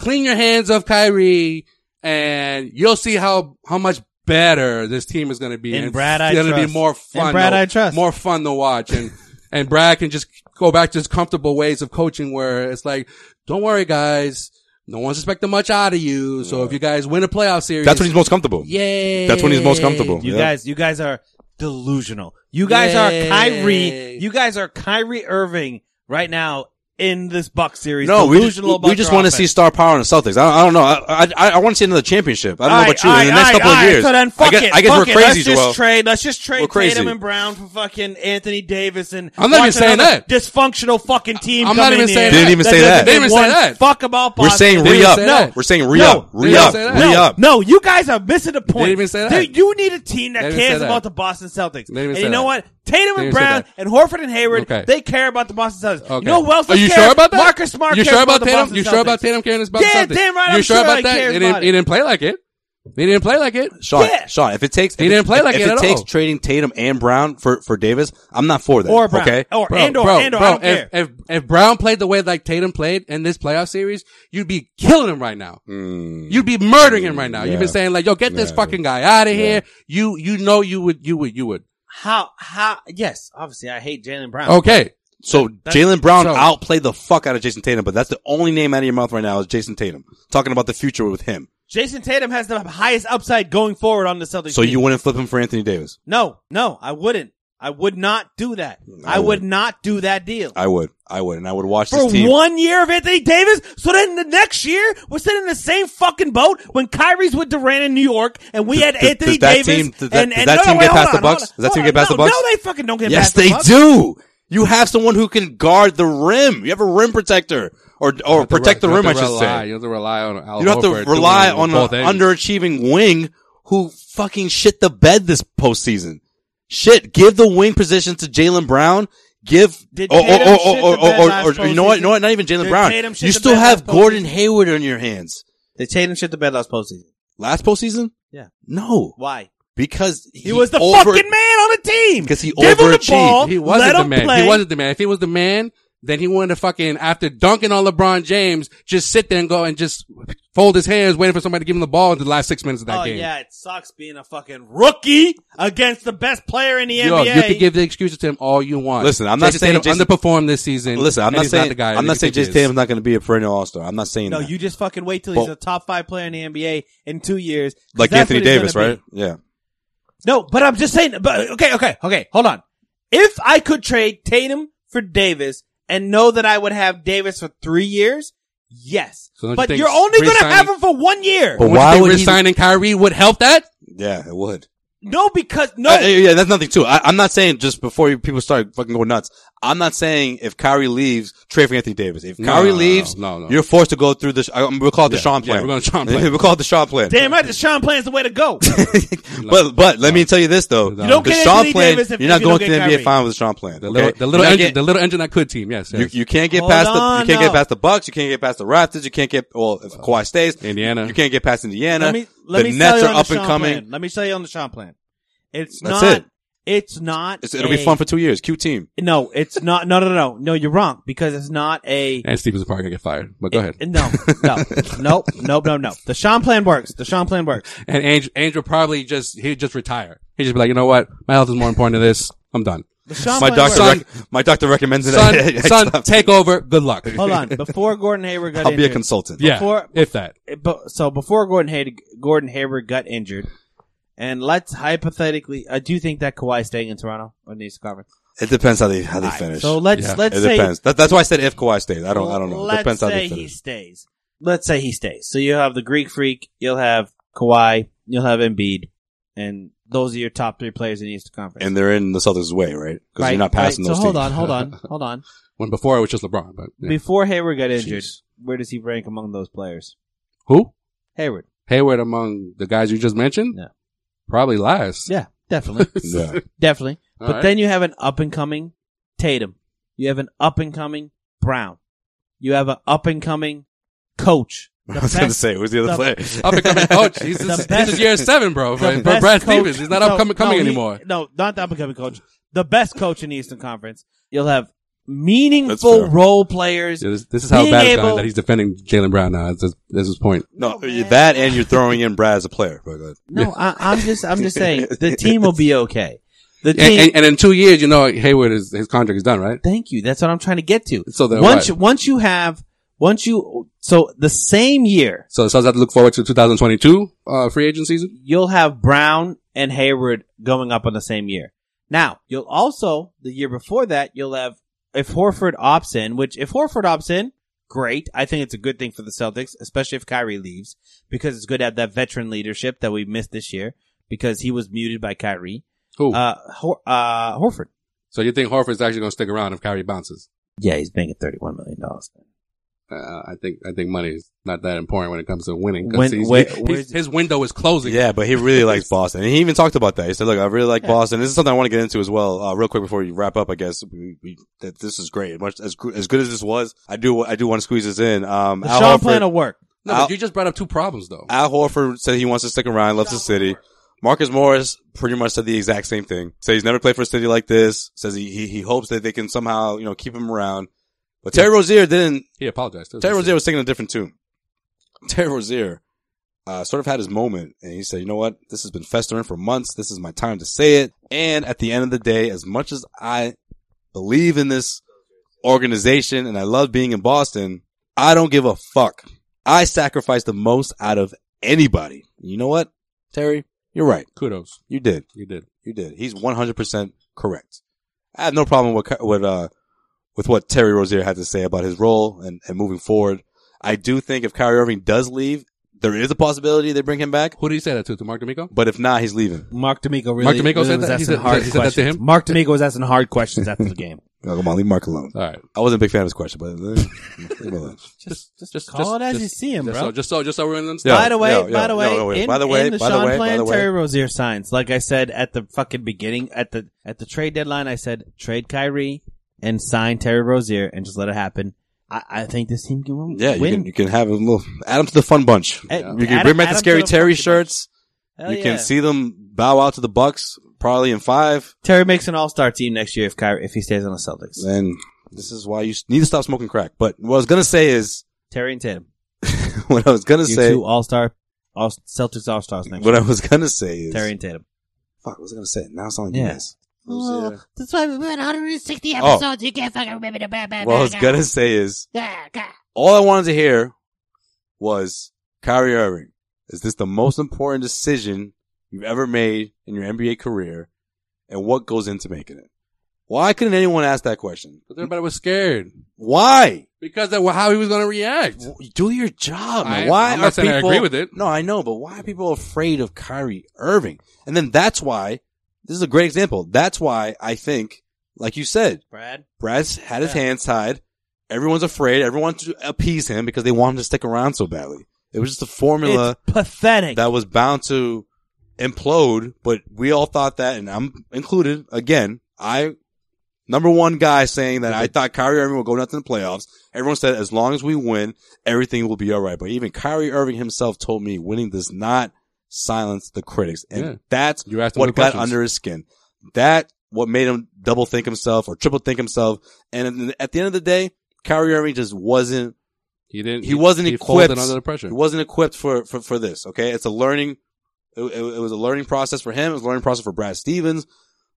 D: clean your hands of Kyrie, and you'll see how how much better this team is going to be.
C: And
D: And
C: Brad, I
D: it's gonna
C: trust.
D: be more fun.
C: And Brad,
D: to-
C: I trust.
D: More fun to watch, and and Brad can just go back to his comfortable ways of coaching, where it's like, don't worry, guys. No one's expecting much out of you. So if you guys win a playoff series,
B: That's when he's most comfortable.
D: Yay!
B: That's when he's most comfortable.
C: You
B: Yeah.
C: guys, you guys are delusional. You guys
D: Yay.
C: are Kyrie. You guys are Kyrie Irving right now in this Buck series.
B: No, we just,
C: delusional about
B: we just
C: your
B: want to
C: offense.
B: see star power in the Celtics. I, I don't know. I I, I want to see another championship. I don't know
C: Alright,
B: about you. in the
C: alright,
B: next couple
C: alright,
B: of years,
C: So then,
B: I
C: fuck
B: guess,
C: it.
B: I guess
C: fuck
B: we're
C: it.
B: crazy,
C: Let's
B: Joel.
C: just trade. Let's just trade
B: We're crazy.
C: Tatum and Brown for fucking Anthony Davis and.
D: I'm not even
C: watch
D: saying
C: another
D: that.
C: Dysfunctional fucking team.
D: I'm not
C: come in
D: even
C: here
D: saying
B: Didn't
D: that.
B: even say that.
C: doesn't
D: Didn't even
C: give
D: say
C: one
D: that.
C: Fuck about.
B: We're saying
D: They didn't
B: re up.
D: say that.
B: We're saying re up,
C: No.
B: re
D: They didn't
B: up,
D: say that.
C: No,
B: re up.
C: No, you guys are missing the point.
D: They didn't even say that.
C: Dude, you need a team
D: They
C: that
D: didn't say
C: cares
D: that.
C: about the Boston Celtics.
D: They didn't even
C: and
D: say
C: you know
D: that.
C: what?
D: They
C: Tatum and
D: didn't say
C: Brown
D: that.
C: and Horford and Hayward,
D: Okay.
C: they care about the Boston Celtics.
D: Okay.
C: You know who else
D: Are you
C: cares?
D: sure about that?
C: Marcus Smart.
D: You
C: cares
D: sure about
C: the
D: Tatum?
C: Boston
D: You sure about
C: Celtics.
D: Tatum caring about
C: Yeah,
D: something?
C: damn right,
D: You
C: I'm
D: sure
C: sure
D: about
C: he
D: that?
C: cares
D: He didn't,
C: about
D: he
C: it.
D: didn't play like it. He didn't play like it.
B: Sean,
C: Yeah.
B: Sean, if it takes,
D: He
B: if
D: didn't play like
B: if
D: it at
B: takes
D: all.
B: trading Tatum and Brown for for Davis, I'm not for that.
C: Or Brown.
B: okay,
C: Or
D: Bro,
C: and or
D: bro,
C: and or
D: bro,
C: I don't
D: if,
C: care.
D: if if Brown played the way like Tatum played in this playoff series, you'd be killing him right now.
B: Hmm.
D: You'd be murdering him right now. You've been saying like, "Yo, get this fucking guy out of here." You you know you would you would you would.
C: How how yes, obviously I hate Jalen Brown.
D: Okay,
B: so Jalen Brown
D: so-
B: outplayed the fuck out of Jason Tatum, but that's the only name out of your mouth right now is Jason Tatum. Talking about the future with him,
C: Jason Tatum has the highest upside going forward on the Celtics.
B: so
C: team.
B: you wouldn't flip him for Anthony Davis.
C: No, no, I wouldn't. I would not do that. I, would not do that deal.
B: I would, I would, and I would watch
C: for
B: this team.
C: one year of Anthony Davis. So then the next year, we're sitting in the same fucking boat when Kyrie's with Durant in New York, and we had
B: does- does
C: Anthony
B: that
C: Davis.
B: team- does that-
C: and,
B: does
C: and
B: that
C: no,
B: team
C: wait,
B: get
C: hold
B: past
C: on,
B: the Bucks?
C: hold on,
B: Does that team
C: hold
B: get past
C: on.
B: the
C: No,
B: Bucks?
C: No, they fucking don't get
B: Yes,
C: past the
B: they
C: Bucks.
B: do. You have someone who can guard the rim. You have a rim protector, or or protect the
D: You have
B: rim. I
D: to
B: should
D: rely-
B: say.
D: You have to rely on. Al
B: You don't have
D: Horford
B: to rely
D: doing
B: on an
D: both ends.
B: underachieving wing who fucking shit the bed this postseason. Shit, give the wing position to Jalen Brown. Give oh,
C: Did
B: or, or,
C: Tatum
B: or,
C: shit
B: or,
C: the bed
B: or-
C: last
B: oh, or- you know what? You
C: postseason?
B: know what? Not even Jalen
C: Did
B: Brown.
C: Tatum shit
B: You
C: the
B: still
C: bed
B: have
C: last
B: Gordon
C: postseason?
B: Hayward on your hands.
C: They chained him shit the bed last postseason.
B: Last postseason?
C: Yeah.
B: No,
C: Why?
B: because
C: He, was the
B: over-
C: fucking man on the team.
B: Because he
C: Give him the
B: overachieved.
C: ball.
D: He wasn't
C: let
D: the
C: him
D: man.
C: Play.
D: He wasn't the man. If he was the man, then he wouldn't have fucking after dunking on LeBron James, just sit there and go and just fold his hands, waiting for somebody to give him the ball in the last six minutes of that
C: oh
D: game.
C: yeah, it sucks being a fucking rookie against the best player in the
D: Yo,
C: NBA.
D: you can give the excuses to him all you want.
B: Listen, I'm not
D: Jason
B: saying
D: Tatum
B: Jason-
D: underperformed this season.
B: Listen, I'm
D: and
B: not
D: he's
B: saying
D: the guy.
B: I'm
D: that
B: not
D: you
B: saying
D: think he
B: Jason
D: is.
B: Tatum's not going to be a perennial All Star. I'm not saying
C: no,
B: that.
C: you just fucking wait till he's
B: But-
C: a top five player in the NBA in two years. 'cause
B: like
C: that's
B: Anthony
C: what he's
B: Davis,
C: gonna be.
B: right? Yeah.
C: No, but I'm just saying. But okay, okay, okay. Hold on. If I could trade Tatum for Davis and know that I would have Davis for three years, yes.
D: So don't you
C: but
D: think
C: you're only going to
D: re-signing-
C: have him for one year.
B: But
D: Would you
B: why
D: think
B: would he-
D: resigning Kyrie would help that?
B: Yeah, it would.
C: no, because no.
B: Uh, yeah, that's nothing too. I, I'm not saying just before you- people start fucking going nuts. I'm not saying if Kyrie leaves, trade for Anthony Davis. If
D: No,
B: Kyrie
D: no, no,
B: leaves,
D: no, no.
B: you're forced to go through this. I, we'll call it the
D: Yeah,
B: Sean
D: yeah,
B: plan.
D: we're gonna Sean plan.
B: we'll call it the Sean plan.
C: Damn right, the Sean plan's the way to go.
B: but but let me tell you this though,
D: You don't
B: the
C: get
B: Sean
C: Anthony
B: plan,
C: Davis if-
B: you're
C: if
B: not
C: you don't
B: going to the
C: get
B: NBA
C: Kyrie.
B: final with the Sean plan.
D: The
B: okay?
D: little, the little
B: You're not
D: engine,
B: getting-
D: the little engine that could team. Yes, yes.
B: You, you can't get
C: Hold
B: past the you
C: on
B: can't
C: now.
B: get past the Bucks. You can't get past the Raptors. You can't get well if Kawhi stays.
D: Indiana.
B: You can't get past Indiana.
C: let me let
B: the
C: me
B: Nets
C: tell you
B: are
C: on
B: up
C: the
B: and
C: Sean
B: coming.
C: Plan. Let me tell you on the Sean plan. It's
B: That's
C: not.
B: it.
C: It's not.
B: It's, it'll be
C: a-
B: fun for two years. Q team.
C: no, it's not. No, no, no, no. You're wrong because it's not a.
D: and Stevens probably gonna get fired. But go ahead.
C: It- No, no, nope, nope, no, no. The Sean plan works. The Sean plan works.
D: And Angel, Angel probably just he'd just retire. He'd just be like, you know what, my health is more important than this. I'm done.
C: The Sean
B: My
C: plan
B: doctor,
C: works.
B: rec- my doctor recommends it.
D: Son, son, take over. Good luck.
C: Hold on. Before Gordon Hayward got
B: I'll be a
C: injured,
B: consultant.
D: Yeah,
C: Before-
D: if that.
C: it- but- so before Gordon Hayward, Gordon Hayward got injured, and let's hypothetically, I do you think that Kawhi is staying in Toronto or needs to conference.
B: It depends how they how they finish.
C: So let's
D: Yeah.
C: let's
B: it
C: say
B: depends. That, that's why I said if Kawhi stays. I don't I don't know. It
C: Let's
B: depends how
C: say
B: they
C: he
B: finish.
C: stays. Let's say he stays. So you'll have the Greek Freak, you'll have Kawhi, you'll have Embiid, and those are your top three players in the Eastern Conference.
B: And they're in the Celtics' way, right? Because
C: right,
B: you're not passing
C: right.
B: those
C: So
B: teams.
C: hold on, hold on, hold on.
D: When before it was just LeBron, but yeah.
C: Before Hayward got injured,
D: Jeez.
C: where does he rank among those players?
D: who?
C: Hayward.
D: Hayward among the guys you just mentioned?
C: Yeah.
D: Probably last.
C: Yeah, definitely.
B: Yeah.
C: Definitely.
D: All
C: but
D: right.
C: then you have an up and coming Tatum. You have an up and coming Brown. You have an up and coming coach. The
B: I was going to
C: best-
B: say, who's the other
C: the-
B: player?
D: Up and coming coach. He's
C: The
D: this, this
C: best-
D: is year seven, bro.
C: the
D: For, for
C: best
D: Brad
C: coach-
D: Stevens, he's not
C: No,
D: up coming
C: no,
D: coming
C: he-
D: anymore.
C: No, not the up and coming coach. the best coach in the Eastern Conference. You'll have
B: fair.
C: meaningful role players.
D: Yeah, This, this is how
C: Being
D: bad it's gone
C: able-
D: that he's defending Jalen Brown now. That's, that's his point.
B: No, that and you're throwing in Brad as a player. But uh, go ahead.
C: No, I, I'm just I'm just saying the team will be okay. The
D: And,
C: team.
D: and, and in two years, you know, Hayward is his contract is done, right?
C: thank you. That's what I'm trying to get to.
D: So then
C: once
D: what?
C: you, once you have once you so the same year
D: So, so I have to look forward to 2022 uh, free agent season.
C: you'll have Brown and Hayward going up on the same year. Now you'll also the year before that you'll have if Horford opts in, which if Horford opts in, great. I think it's a good thing for the Celtics, especially if Kyrie leaves, because it's good to have that veteran leadership that we missed this year because he was muted by Kyrie.
D: Who?
C: Uh, Hor- uh, Horford.
D: so you think Horford's actually going to stick around if Kyrie bounces?
C: Yeah, he's making thirty-one million dollars.
D: Uh, I think I think money is not that important when it comes to winning. 'cause
C: When-
D: he's-
C: where-
D: he's-
C: where's-
D: his window is closing.
B: Yeah, but he really likes Boston. And he even talked about that. He said, look, I really like Boston. This is something I want to get into as well, uh, real quick before you wrap up, I guess. We, we, that this is great. Much, as, gr- as good as this was, I do, I do want to squeeze this in. Um, Al
C: Sean
B: Horford-
C: plan will work.
D: No,
B: I'll-
D: but you just brought up two problems though.
B: Al Horford said he wants to stick around, left the city. Marcus Morris pretty much said the exact same thing. Said he's never played for a city like this. Says he, he, he hopes that they can somehow, you know, keep him around. But Terry Rozier didn't,
D: he apologized. too.
B: Terry Rozier was singing a different tune. Terry Rozier, uh, sort of had his moment and he said, you know what? This has been festering for months. This is my time to say it. And at the end of the day, as much as I believe in this organization and I love being in Boston, I don't give a fuck. I sacrifice the most out of anybody. You know what, Terry? You're right.
D: Kudos,
B: You did.
D: you did.
B: You did. He's 100% correct. I have no problem with, with, uh, with what Terry Rozier had to say about his role and, and moving forward. I do think if Kyrie Irving does leave, there is a possibility they bring him back.
D: Who did he say that to? To Mark D'Amico?
B: But if not, he's leaving.
C: Mark D'Amico really,
D: Mark D'Amico
C: really
D: said
C: was
D: that? He
C: asking
D: said-
C: hard
D: he said that to
C: questions.
D: him?
C: Mark D'Amico was asking hard questions after the game.
B: Oh, come on, leave Mark alone.
D: All right.
B: I wasn't a big fan of his question, but uh, leave him alone.
D: Just, just, just
C: call it as
D: just-
C: you see him,
D: just
C: bro.
D: So, just so, just so we're in.
B: Yeah.
C: by the way,
B: yo,
C: by the
B: yo,
C: way,
B: yo, wait.
C: in,
B: By the way,
C: in the
B: by the
C: Sean
B: way, by
C: Plan,
B: the way.
C: Terry Rozier signs. Like I said at the fucking beginning, at the at the trade deadline, I said trade Kyrie and sign Terry Rozier and just let it happen. I, I think this team can win.
B: Yeah, you
C: win.
B: can, you can have a little, add him to the fun bunch.
C: Eh,
B: You can
C: add-
B: bring back
C: add
B: the
C: him
B: Scary
C: to the
B: Terry
C: bunch.
B: shirts.
C: Hell
B: you can
C: yeah.
B: see them bow out to the Bucks probably in five.
C: Terry makes an All Star team next year if Kyrie if he stays on the Celtics.
B: And this is why you s- need to stop smoking crack. But what I was going to say is,
C: Terry and Tatum,
B: what I was gonna
C: you
B: say,
C: two All Star, all Celtics All Stars next
B: what I
C: year.
B: was gonna say is,
C: Terry and Tatum.
B: fuck, what was I gonna say? Now it's on you
C: Yeah.
B: guys.
E: Oh,
B: Rozier.
E: that's why we went 160
B: Oh.
E: episodes. You can't fucking remember the bad, bad,
B: What I was gonna say is,
E: Yeah, God.
B: all I wanted to hear was Kyrie Irving. Is this the most important decision you've ever made in your NBA career, and what goes into making it? Why couldn't anyone ask that question?
D: But everybody was scared
B: Why?
D: because of how he was going to react.
B: Do your job. man.
D: I-
B: why
D: I'm
B: are
D: not saying
B: people?
D: I agree with it.
B: No, I know, but why are people afraid of Kyrie Irving? And then that's why this is a great example. That's why I think, like you said,
C: Brad,
B: Brad's had his
C: Yeah.
B: hands tied. Everyone's afraid. Everyone to appease him because they want him to stick around so badly. It was just a formula
C: it's pathetic.
B: that was bound to implode. But we all thought that, and I'm included. Again, I number one guy saying that I thought Kyrie Irving would go nuts in the playoffs. Everyone said as long as we win, everything will be all right. But even Kyrie Irving himself told me winning does not silence the critics, and
D: Yeah.
B: that's
D: You asked him
B: what
D: the
B: got
D: questions.
B: under his skin. That what made him double think himself or triple think himself. And at the end of the day, Kyrie Irving just wasn't
D: He didn't.
B: he, wasn't
D: folded
B: equipped
D: under the pressure.
B: He wasn't equipped for, for, for this. Okay, it's a learning. It, it- it was a learning process for him. It was a learning process for Brad Stevens.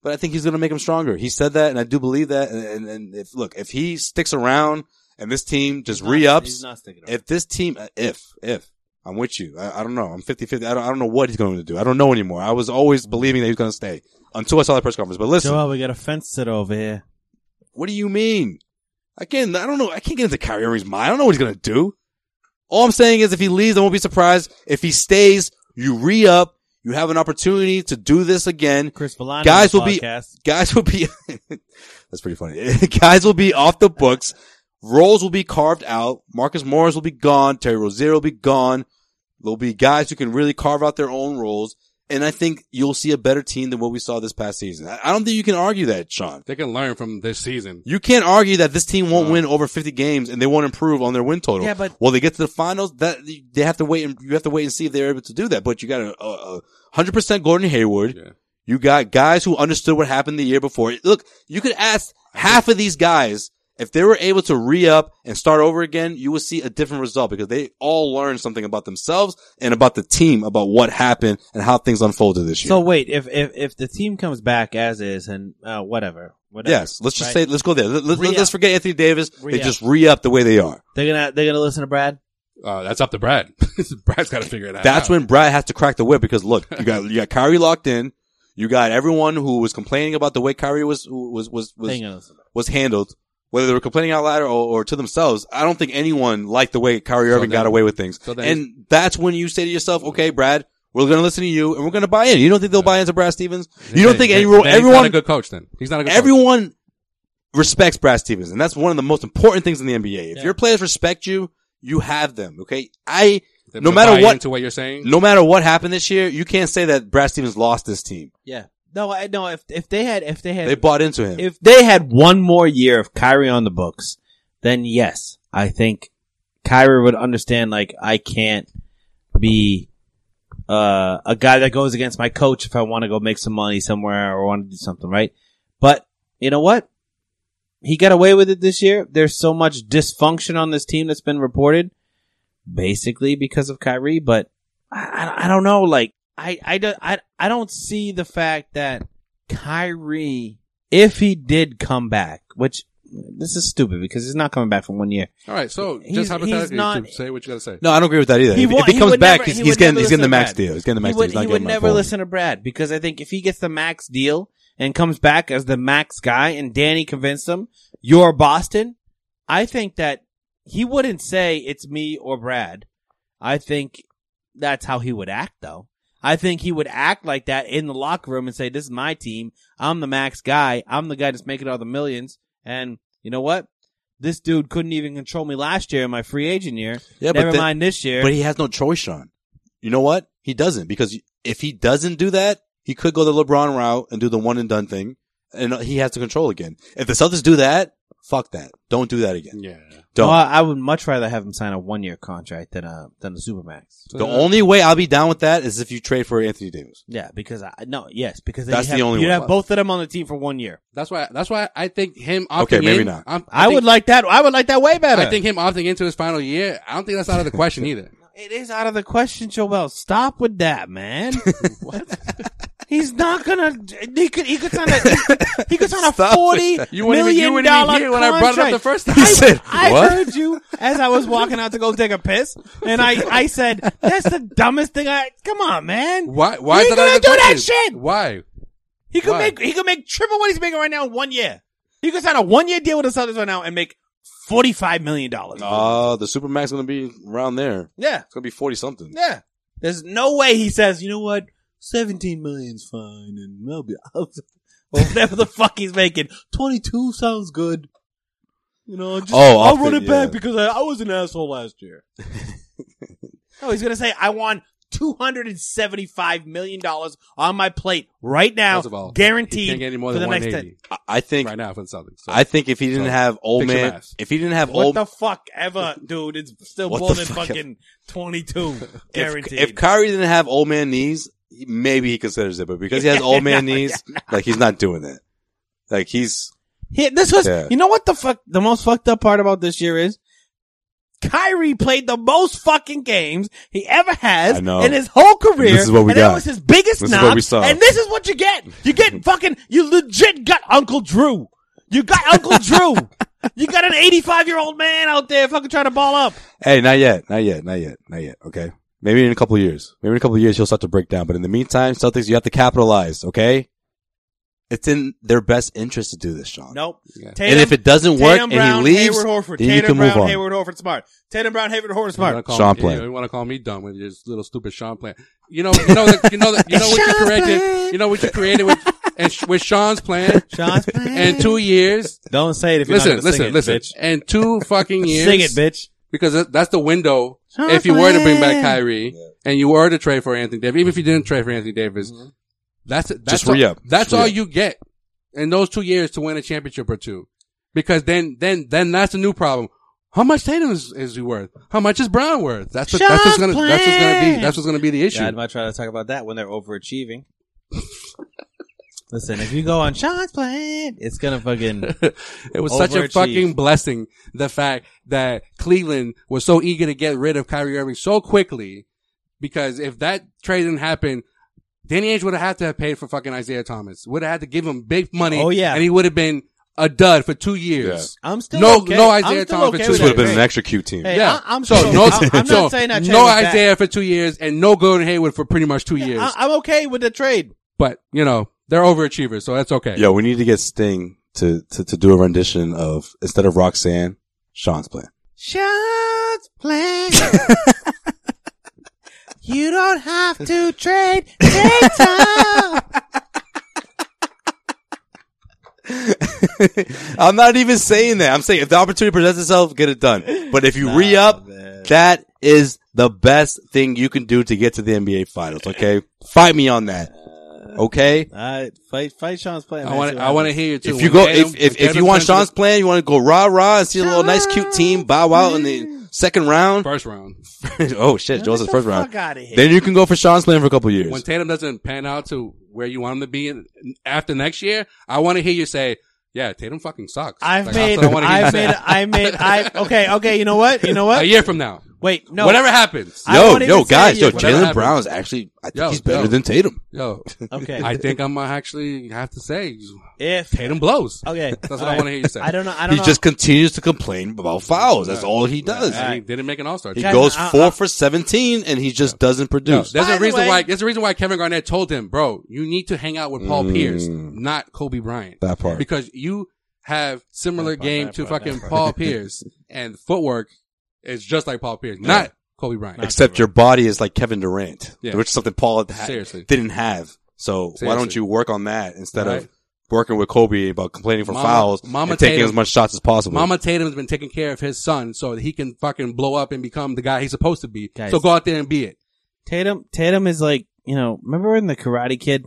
B: But I think he's going to make him stronger. He said that, and I do believe that. And, and, and if look, if he sticks around and this team just
C: He's not-
B: re
C: he's
B: ups,
C: not sticking around.
B: if this team, uh, if if I'm with you, I, I don't know. I'm 50-50. I don't, I don't know what he's going to do. I don't know anymore. I was always believing that he was going to stay until I saw that press conference. But listen,
C: Joel, we got a fence sitter over here.
B: what do you mean? Again, I don't know. I can't get into Kyrie Irving's mind. I don't know what he's gonna do. All I'm saying is, if he leaves, I won't be surprised. If he stays, you re up. You have an opportunity to do this again.
C: Chris Villani
B: Guys
C: on the
B: will be-
C: podcast.
B: Guys will be. that's pretty funny. Guys will be off the books. Roles will be carved out. Marcus Morris will be gone. Terry Rozier will be gone. There'll be guys who can really carve out their own roles. And I think you'll see a better team than what we saw this past season. I I don't think you can argue that, Sean.
D: they can learn from this season.
B: You can't argue that this team won't win over 50 games and they won't improve on their win total.
C: Yeah, but-
B: well, they get to the finals. That they have to wait and you have to wait and see if they're able to do that. But you got a, a, a 100% Gordon Hayward.
D: Yeah.
B: You got guys who understood what happened the year before. Look, you could ask half of these guys if they were able to re-up and start over again, you would see a different result because they all learned something about themselves and about the team about what happened and how things unfolded this year.
C: So wait, if if if the team comes back as is and uh, whatever, whatever.
B: yes, let's just
C: right?
B: say let's go there. Let, let,
C: Re-up.
B: let's forget Anthony Davis. They
C: Re-up.
B: just re-up the way they are.
C: they're gonna they're gonna listen to Brad.
D: Uh, that's up to Brad. Brad's got to figure it out.
B: That's when Brad has to crack the whip because look, you got you got Kyrie locked in. You got everyone who was complaining about the way Kyrie was was was
C: They're
B: was,
C: gonna listen. to Brad.
B: was handled. Whether they were complaining out loud or, or to themselves, I don't think anyone liked the way Kyrie Irving
D: then-
B: got away with things.
D: so then-
B: and that's when you say to yourself, okay, Brad, we're going to listen to you and we're going to buy in. You don't think they'll buy into Brad Stevens? You don't think
D: Then-
B: everyone,
D: then he's not a
B: everyone,
D: good coach. Then he's not a good coach.
B: everyone respects Brad Stevens, and that's one of the most important things in the NBA. If
C: Yeah.
B: your players respect you, you have them. Okay, I
D: They
B: no
D: put
B: matter
D: buy
B: what-
D: into what you're saying.
B: no matter what happened this year, you can't say that Brad Stevens lost this team.
C: Yeah. No, I no. If if they had if they had
B: They bought into him.
C: if they had one more year of Kyrie on the books, then yes, I think Kyrie would understand. Like I can't be uh, a guy that goes against my coach if I want to go make some money somewhere or want to do something right. But you know what? He got away with it this year. There's so much dysfunction on this team that's been reported, basically because of Kyrie. But I, I, I don't know. Like I, I, don't- I, I don't see the fact that Kyrie if he did come back, which this is stupid because he's not coming back for one year.
D: All right, so
C: He's-
D: just
C: he's
D: hypothetically,
C: not-
D: to say what you got to say.
B: no, I don't agree with that either.
C: He
B: if,
C: won't-
B: if he
C: he
B: comes
C: would
B: back,
C: never-
B: he's,
C: he
B: he's
C: would
B: getting
C: never
B: he's getting the
C: listen to
B: max
C: Brad.
B: deal. He's getting the max
C: he would,
B: deal. He's not
C: he would
B: getting my
C: never
B: phone.
C: listen to Brad because I think if he gets the max deal and comes back as the max guy and Danny convinced him, you're Boston, I think that he wouldn't say it's me or Brad. I think that's how he would act though. I think he would act like that in the locker room and say, this is my team. I'm the max guy. I'm the guy that's making all the millions. And you know what? This dude couldn't even control me last year in my free agent year.
B: Yeah, but
C: Never
B: then-
C: mind this year.
B: But he has no choice, Sean. You know what? He doesn't because if he doesn't do that, he could go the LeBron route and do the one and done thing, and he has to control again. If the Celtics do that, fuck that. Don't do that again.
D: Yeah.
B: Don't.
C: Well, I would much rather have him sign a one year contract than a than a supermax.
B: the only way I'll be down with that is if you trade for Anthony Davis.
C: Yeah, because I no, yes, because then
B: That's
C: you'd have,
B: the only
C: you
B: one.
C: have both of them on the team for one year.
D: That's why. That's why I think him opting
B: Okay, maybe
D: in-
B: not.
D: I'm-
C: I,
D: think-
C: would like that. I would like that way better.
D: I think him opting into his final year. I don't think that's out of the question either.
C: it is out of the question, Joel. Stop with that, man. what? He's not gonna. He could. He could sign a. He could sign a
B: Stop with
C: forty
B: that.
D: You wouldn't even- you wouldn't
C: million
D: even
C: dollar
D: hear when I brought it up the
C: contract.
D: first time.
C: I,
D: You
B: said,
C: I
B: "What?"
C: heard you as I was walking out to go take a piss, and I, I said, "That's the dumbest thing I." Come on, man.
D: Why? Why
C: You ain't
D: is that out
C: gonna
D: of the
C: do that
D: question?
C: shit.
D: Why?
C: He could
D: Why?
C: make he could make triple what he's making right now in one year. He could sign a one year deal with the Celtics right now and make forty five million dollars.
D: Oh.
B: Uh, the Supermax going to be around there.
C: yeah,
B: It's going to be 40 something.
C: yeah. There's no way he says, you know what, seventeen million's fine, and maybe I'll- or whatever the fuck he's making. Twenty two sounds good. You know, just,
B: Oh,
C: I'll
B: often,
C: run it
B: yeah.
C: back because I, I was an asshole last year. no, he's gonna say I won. Two hundred and seventy-five million dollars on my plate right now,
D: First of all,
C: guaranteed
D: He can't get any more
C: for
D: than
C: the next 10.
D: 180
B: I, I think,
D: right now for the Celtics. So.
B: I think if he didn't
D: So,
B: have old
D: fix your
B: man,
D: math.
B: if he didn't have
C: What
B: old,
C: the fuck ever, dude? It's still
B: What
C: more
B: the
C: than
B: fuck
C: fucking twenty two.
B: if,
C: Guaranteed.
B: if Kyrie didn't have old man knees, he- maybe he considers it, but because he has old man knees, like he's not doing that. Like he's,
C: He- this was
B: Yeah.
C: you know what the fuck the most fucked up part about this year is? Kyrie played the most fucking games he ever has
B: I know.
C: in his whole career.
B: And this is what we
C: and
B: got.
C: that was his biggest
B: This is
C: knock.
B: what we saw.
C: And this is what you get. You get fucking you legit got Uncle Drew. You got Uncle Drew. You got an eighty five year old man out there fucking trying to ball up.
B: Hey, not yet, not yet, not yet, not yet. Okay, maybe in a couple of years, maybe in a couple of years he'll start to break down. But in the meantime, Celtics, you have to capitalize. Okay, it's in their best interest to do this, Sean.
C: Nope.
B: and if it doesn't work and
C: Tatum Brown,
B: he leaves,
C: Hayward Horford,
B: then
C: Tatum
B: you can
C: Brown,
B: move on.
C: Hayward Horford, smart. Tatum Brown, Hayward Horford,
D: You wanna
C: smart.
D: call
B: Sean
D: me,
B: Plain.
D: You, want to call me dumb with your little stupid Sean plan? You know, you know, that, you know, that, you know what you
C: Sean
D: corrected.
C: Plain.
D: You know what you created with and sh- with Sean's plan.
C: Sean's plan.
D: and two years.
C: Don't say it if you're
D: Listen,
C: not gonna
D: listen,
C: sing it,
D: listen.
C: bitch.
D: And two fucking years.
C: Sing it, bitch.
D: because that- that's the window.
C: Sean
D: if you were to bring back
C: Flynn.
D: Kyrie and you were to trade for Anthony Davis, even if you didn't trade for Anthony Davis, that's that's
B: Mm-hmm. Just
D: all,
B: re-up.
D: That's
B: Just
D: all
B: re-up.
D: you get in those two years to win a championship or two, because then then then that's a new problem. How much Tatum is, is he worth? How much is Brown worth? That's what, that's what's
C: Sean
D: gonna that's what's gonna be
C: Flynn.
D: that's what's gonna be the issue.
C: Yeah, I'd much rather talk about that when they're overachieving. Listen, if you go on Sean's plan, it's gonna fucking.
D: it was such a
C: Overachieved.
D: fucking blessing the fact that Cleveland was so eager to get rid of Kyrie Irving so quickly because if that trade didn't happen, Danny Ainge would have had to have paid for fucking Isaiah Thomas. Would have had to give him big money.
C: Oh, yeah.
D: and he would have been a dud for two years.
C: I'm still
D: No-
C: okay.
D: no
C: I'm
D: Isaiah
C: still
D: Thomas.
C: Okay
D: This
B: This
C: with
B: would have
C: that
B: been an
C: trade.
B: extra cute team.
C: Hey,
D: Yeah.
C: I, am
D: so
C: so,
D: no,
C: I'm, I'm
D: so
C: not saying that.
D: no
C: trade is bad.
D: Isaiah for two years and no Gordon Hayward for pretty much two years.
C: I, I'm okay with the trade.
D: but you know they're overachievers, so that's okay.
B: Yo, we need to get Sting to, to, to do a rendition of, instead of Roxanne, Sean's plan.
C: Shots playing. you don't have to trade. Take time.
B: I'm not even saying that. I'm saying if the opportunity presents itself, get it done. But if you re up,
C: Oh,
B: that is the best thing you can do to get to the NBA finals. Okay. Fight me on that.
C: Uh,
B: Okay.
C: All right, fight, fight Sean's plan.
D: I want I want to hear you too.
B: If you go,
D: When Tatum-
B: if, if,
D: when
B: if you
D: Tatum
B: want
D: turns to
B: Sean's
D: the
B: plan, you want to go rah rah and see a little nice cute team bow out in the second round.
D: first round,
B: oh shit, Joel's the first round.
C: Fuck out of here.
B: Then you can go for Sean's plan for a couple years.
D: when Tatum doesn't pan out to where you want him to be in, after next year, I want to hear you say, "Yeah, Tatum fucking sucks."
C: I've
D: Like,
C: made,
D: that's what I wanna hear you
C: I've
D: say.
C: made, I made, I. Okay, okay. You know what? You know
D: a
C: what?
D: year from now,
C: Wait, no.
D: whatever happens.
C: I
B: yo,
C: wanna
B: yo,
C: even say
B: guys, yo,
C: you-
D: whatever
B: Jalen
D: happens.
B: Brown's actually, I think
D: Yo,
B: he's better
D: yo.
B: than Tatum.
D: Yo,
C: Okay.
D: I think I'm gonna actually have to say
C: if
D: Tatum blows.
C: okay,
D: That's what
C: all
D: I
C: right.
D: want to hear you say.
C: I don't know. I don't
B: He
C: know.
B: just continues to complain about fouls. That's all he does.
D: And He didn't make an All Star.
B: He
C: Guys,
B: goes
C: I-
B: four
C: I-
B: for 17 and he just doesn't produce.
D: There's
C: By
D: a
C: the
D: reason
C: way-
D: why. There's a reason why Kevin Garnett told him, "Bro, you need to hang out with Paul Pierce, not Kobe Bryant."
B: That part.
D: because you have similar
C: That part,
D: game
C: that
D: to
C: part, that
D: fucking
C: part.
D: Paul Pierce, and footwork is just like Paul Pierce, not Kobe Bryant.
B: Except your body is like Kevin Durant,
D: Yeah.
B: which is something Paul had,
D: Seriously.
B: didn't have. So why don't
D: Seriously.
B: you work on that instead of
D: Right.
B: working with Kobe about complaining for
D: Mama-
B: fouls
D: Mama
B: and taking
D: Tatum-
B: as much shots as possible?
D: Mama Tatum's been taking care of his son so that he can fucking blow up and become the guy he's supposed to be.
C: Guys.
D: So go out there and be it.
C: Tatum. Tatum is like you know. Remember in the Karate Kid?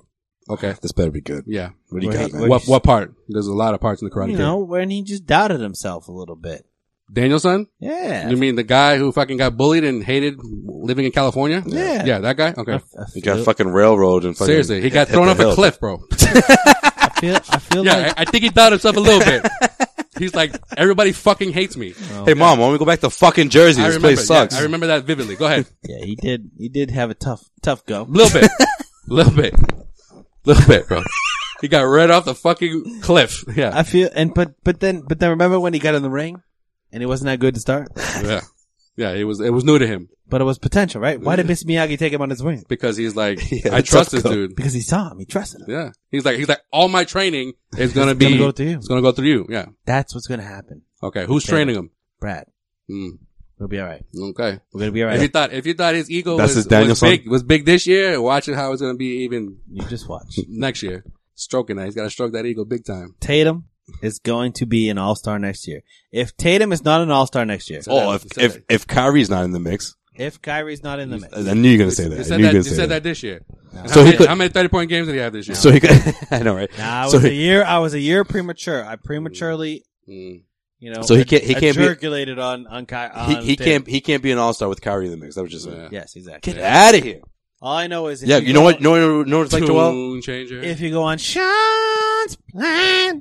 D: Okay.
B: this better be good.
D: Yeah.
B: What do you
C: Wait,
B: got, man?
D: What what part? There's a lot of parts in the Karate
C: You
D: Kid.
C: know when he just doubted himself a little bit.
D: Danielson?
C: Yeah.
D: You mean the guy who fucking got bullied and hated living in California?
C: Yeah.
D: Yeah, that guy?
C: I,
D: Okay.
C: I
B: He
C: feel-
B: got fucking railroad and fucking
D: Seriously, he got
B: hit
D: thrown
B: the
D: off a
B: hill.
D: cliff, bro.
C: I feel. I feel
D: Yeah,
C: like
D: I, I think he doubted himself a little bit. He's like, everybody fucking hates me.
B: Hey, mom, why don't we go back to fucking Jersey?
D: Oh, I
B: This
D: remember,
B: place sucks.
D: yeah, I remember that vividly. Go ahead.
C: yeah. He did. He did have a tough, tough go.
D: little bit, little bit, little bit, bro. He got right off the fucking cliff. Yeah,
C: I feel and but but then but then remember when he got in the ring and it wasn't that good to start,
D: yeah, yeah. It was it was new to him
C: but it was potential, right? Why did Mr. Miyagi take him on his ring?
D: because he's like,
B: Yeah,
D: I
B: it's
D: trust
B: tough
D: this
B: go.
D: dude.
C: Because he saw him, he trusted him.
D: Yeah, he's like, he's like, all my training is gonna be
C: gonna go through you.
D: It's gonna go through you. Yeah.
C: That's what's gonna happen,
D: Okay. Who's training him?
C: Brad.
D: Mm,
C: We'll be all right.
D: okay.
C: We're gonna be all
D: If you
C: right.
D: thought if you thought his ego
B: That's his
D: was,
B: Daniel
D: was
B: son?
D: big was big this year, watching how it's gonna be even
C: You just watch.
D: next year. Stroking that, he's got to stroke that ego big time.
C: Tatum is going to be an All Star next year. If Tatum is not an All Star next year,
B: Oh, if, if, if Kyrie's not in the mix,
C: if Kyrie's not in the mix,
B: I knew you were going to say that.
D: You
B: I
D: said
B: knew you
D: that. You
B: were going to say
D: said
B: that.
D: that this year.
B: So
D: how,
B: he
D: many,
B: could-
D: how many thirty point games did he have this year?
B: So he could, I know, right?
C: nah, I was
B: so
C: a
B: he,
C: year. I was a year premature. I prematurely,
D: Mm.
C: you know.
B: So he can't- he can't be-
C: ejaculated on on Ky- on
B: he, he
C: Tatum.
B: can't he can't be an all star with Kyrie in the mix. That was just
D: Yeah.
C: Yes, exactly.
B: get out of here.
C: All I know is if
B: Yeah, you know
C: go-
B: what? You know, what- you know what it's like, Joel.
D: Tune changer.
C: if you go on Sean's plan,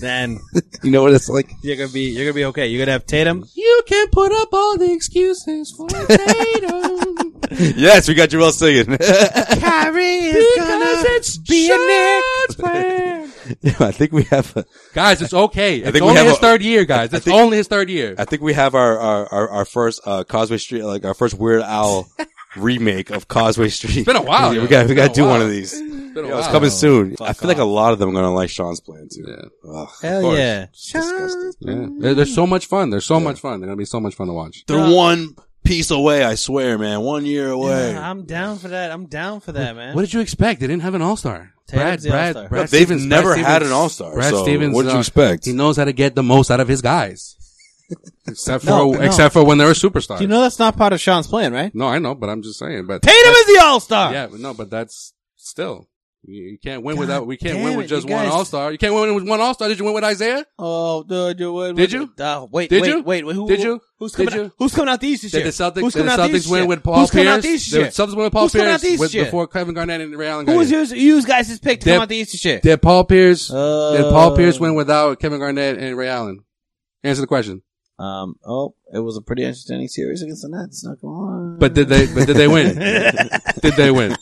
C: then
B: You know what it's like.
C: you're gonna be you're gonna be okay. You're gonna have Tatum.
D: You can put up all the excuses for Tatum.
B: yes, we got Joel singing.
C: Kyrie is gonna be a Nick.
B: Yeah, I think we have a,
D: guys, it's okay. It's
B: think we
D: only
B: have
D: his
B: a-
D: third year, guys.
B: I
D: It's
B: think-
D: only his third year.
B: I think we have our our, our, our first uh, Causeway Street like our first Weird Owl remake of Causeway Street. It's
D: been a while,
B: Yeah, we
D: yo.
B: got we
D: It's
B: got to
D: been
B: do
D: a
B: one
D: while.
B: of these.
D: It's been a
B: Yo, it's
D: while.
B: coming soon.
C: Fuck
B: I feel like a lot of them are gonna like Sean's plan too. Ugh,
C: Hell
B: of course.
C: yeah.
B: Disgusting.
D: Yeah. They're, they're so much fun. They're so much fun. They're gonna be so much fun to watch.
B: They're one piece away. I swear, man. One year away.
C: Yeah, I'm down for that. I'm down for that, man.
D: What did you expect? They didn't have an all star. Brad,
C: Tatum's the
D: Brad,
C: all-star.
D: Brad
B: They've
D: Stevens- Brad
B: never
D: Stevens-
B: had an all-star,
D: Brad
B: so
D: Stevens,
B: what'd you
D: uh,
B: expect?
D: He knows how to get the most out of his guys, except for
C: No, no.
D: except for when they're a superstar.
C: Do you know that's not part of Sean's plan, right?
D: No, I know, but I'm just saying. But
C: Tatum is the All Star.
D: yeah, but no, but that's still You, you can't win
C: God
D: without. We can't
C: damn
D: win
C: it,
D: with just
C: you
D: one
C: guys-
D: All Star. You can't win with one All Star. Did you win with Isaiah?
C: Oh, did you? Win,
D: Did you?
C: Uh, wait,
D: Did
C: wait,
D: you?
C: wait, wait. Who,
D: Did you?
C: Who's
D: Did
C: coming?
D: you?
C: Out, who's coming out the East this
D: Did
C: year?
D: the Celtics?
C: who's
D: Did
C: coming
D: the
C: out the
D: Celtics
C: East
D: win
C: year?
D: with Paul
C: who's coming
D: Pierce?
C: out the East
D: They-
C: year?
D: Celtics win with Paul
C: Who's coming out
D: Pierce
C: the East
D: with-
C: year?
D: before Kevin Garnett and Ray Allen.
C: Who
D: got
C: was
D: here.
C: yours? You guys' pick to
D: Dep-
C: come out the East this year?
D: Did Paul Pierce?
C: Uh,
D: did Paul Pierce win without Kevin Garnett and Ray Allen? Answer the question.
C: Um. Oh, it was a pretty entertaining series against the Nets. Not gonna lie.
D: But did they? But did they win? did they win?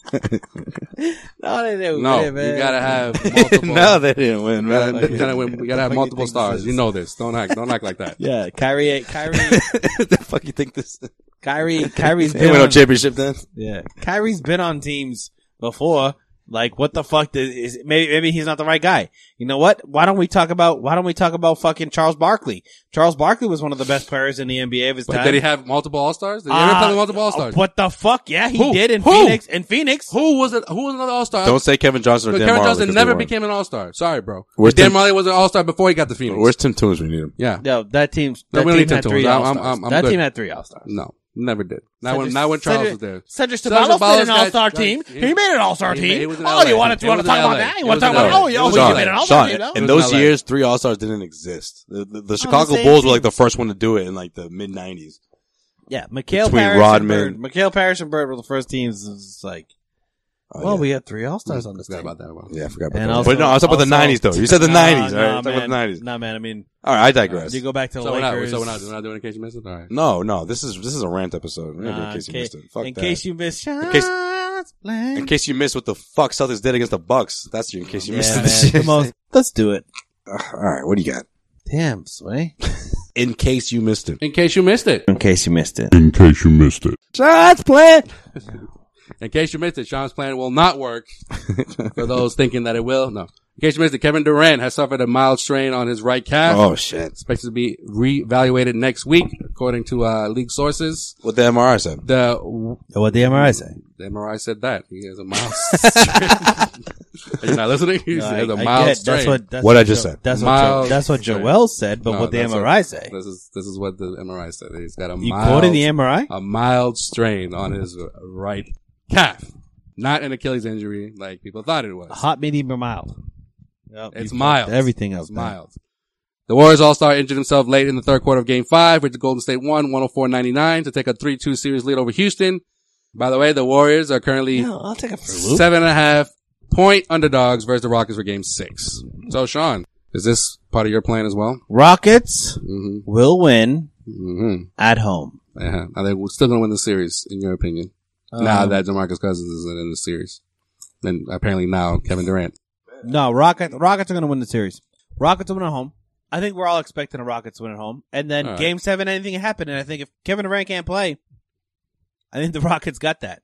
C: No, they didn't.
D: No,
C: win, man.
D: you gotta have multiple.
B: no, they didn't win,
D: you gotta,
B: man.
D: you gotta win. You gotta have
C: Fucking
D: multiple
C: thing this
D: stars.
C: is.
D: You know this. Don't act. Don't act like that.
C: Yeah, Kyrie. Kyrie.
B: the fuck you think this?
C: Kyrie. Kyrie's
B: They
C: been
B: win no
C: on,
B: championship then.
C: yeah. Kyrie's been on teams before. Like, what the fuck does, is maybe maybe he's not the right guy. You know what? Why don't we talk about Why don't we talk about fucking Charles Barkley? Charles Barkley was one of the best players in the NBA of his
D: But
C: time.
D: did he have multiple All Stars? Did he
C: Uh,
D: ever play with multiple All Stars?
C: What the fuck? Yeah, he
D: Who?
C: did in
D: Who?
C: Phoenix. In Phoenix,
D: Who was it? Who was another All Star?
C: Uh,
B: Don't say Kevin Johnson or Dan
D: Kevin
B: Marley,
D: Johnson
B: 'cause they
D: never
B: weren't.
D: became an All Star. Sorry, bro.
B: Where's
D: Dan
B: Tim-
D: Marley was an All Star before he got the Phoenix.
B: Where's Tim Toombs? We need him.
D: yeah.
C: No, that team's
D: No,
C: that
D: we don't
C: team
D: need
C: had
D: Tim
C: 3
D: Tillman. I'm-
C: all-stars.
D: I'm- I'm
C: that
D: good.
C: team had three all stars.
D: No, never did. Not when not when Charles was there.
C: Cedric
D: Cedric
C: Ceballos
D: Ceballos
C: made an
D: got-
C: all star
D: got-
C: team.
D: he-
C: He made an all star
D: he-
C: team.
D: he was in
C: oh,
D: LA.
C: you want to
D: He
C: want
D: was
C: to talk
D: in
C: about
D: LA.
C: that? You
D: He was
C: want to talk
D: in
C: about
D: LA.
C: oh,
D: He
C: yo,
D: was
C: we
D: in
C: made
D: LA.
C: an
B: Sean,
C: all star team. no?
D: It
B: in
D: was
B: those
D: LA.
B: years, three All Stars didn't exist. The, the, the Chicago
C: Oh, same
B: Bulls were
C: team.
B: like the first one to do it in like the mid '90s.
C: Yeah, Mikhail
B: Between
C: Parrish
B: Rodman-
C: and Bird. Mikhail Parrish and Bird were the first teams. It's like,
B: Oh,
C: well,
B: yeah.
C: we had three all stars on this
D: Forgot
C: team.
D: about that one.
B: yeah, I forgot about
C: And
B: that.
C: also-
B: but no, I was talking about the
C: also-
B: '90s though. You said the
C: Nah,
B: '90s, all right?
C: nah,
B: Talk about the
C: man.
B: '90s.
C: Nah, man. I mean,
B: All right, I digress.
C: you go back to the
D: So we're not.
C: Lakers.
D: So we're not. We're not doing it in case you missed it. All right.
B: No, no, this is this is a rant episode. We're not
C: Nah,
B: doing in case you missed it. Fuck
C: in
B: that.
C: case you missed, in
B: case-
C: case,
B: in case you missed what the fuck Celtics did against the Bucks, that's in case you missed
C: Yeah,
B: this
C: man,
B: shit.
C: the most- Let's do it.
B: All right, what do you got?
C: Damn, Sway.
B: In case you missed it.
D: In case you missed it.
C: In case you missed it.
B: Mm.
F: In case you missed it.
B: Shots plant.
D: In case you missed it, Sean's plan will not work for those thinking that it will. No. In case you missed it, Kevin Durant has suffered a mild strain on his right calf.
B: Oh shit!
D: Expected to be reevaluated next week, according to uh, league sources.
B: What the MRI said?
D: The,
C: What the MRI say?
D: the MRI said that he has a mild strain. Are you not listening? He
C: No,
D: has a
C: I- I
D: mild
C: get it.
D: strain.
C: That's what. That's
B: What
C: what
B: I just
C: Jo-
B: said.
C: That's what. Jo-
D: Mild
C: that's what
D: strain.
C: Joel said, but
D: No,
C: what the
D: that's
C: MRI say?
D: This is this is what the MRI said. He's got a
C: You
D: mild
C: quoted the MRI.
D: a mild strain on his right calf, not an Achilles injury like people thought it was.
C: Hot, medium, or mild? Yep,
D: It's
C: you
D: mild.
C: fucked Everything else.
D: It's mild. The Warriors All-Star injured himself late in the third quarter of game five, which the Golden State oh won 104-99 to take a 3-2 series lead over Houston. By the way, the Warriors are currently
C: No, I'll take it for a loop.
D: seven and a half point underdogs versus the Rockets for game six. So Sean, is this part of your plan as well?
C: Rockets
D: Mm-hmm.
C: will win
D: Mm-hmm.
C: at home.
D: Yeah. Are they still going to win the series, in your opinion?
C: Um,
D: now that DeMarcus Cousins isn't in the series. And apparently now Kevin Durant.
C: No, Rocket Rockets are going to win the series. Rockets will win at home. I think we're all expecting a Rockets win at home. And then
D: All right.
C: game seven, anything can happen. And I think if Kevin Durant can't play, I think the Rockets got that.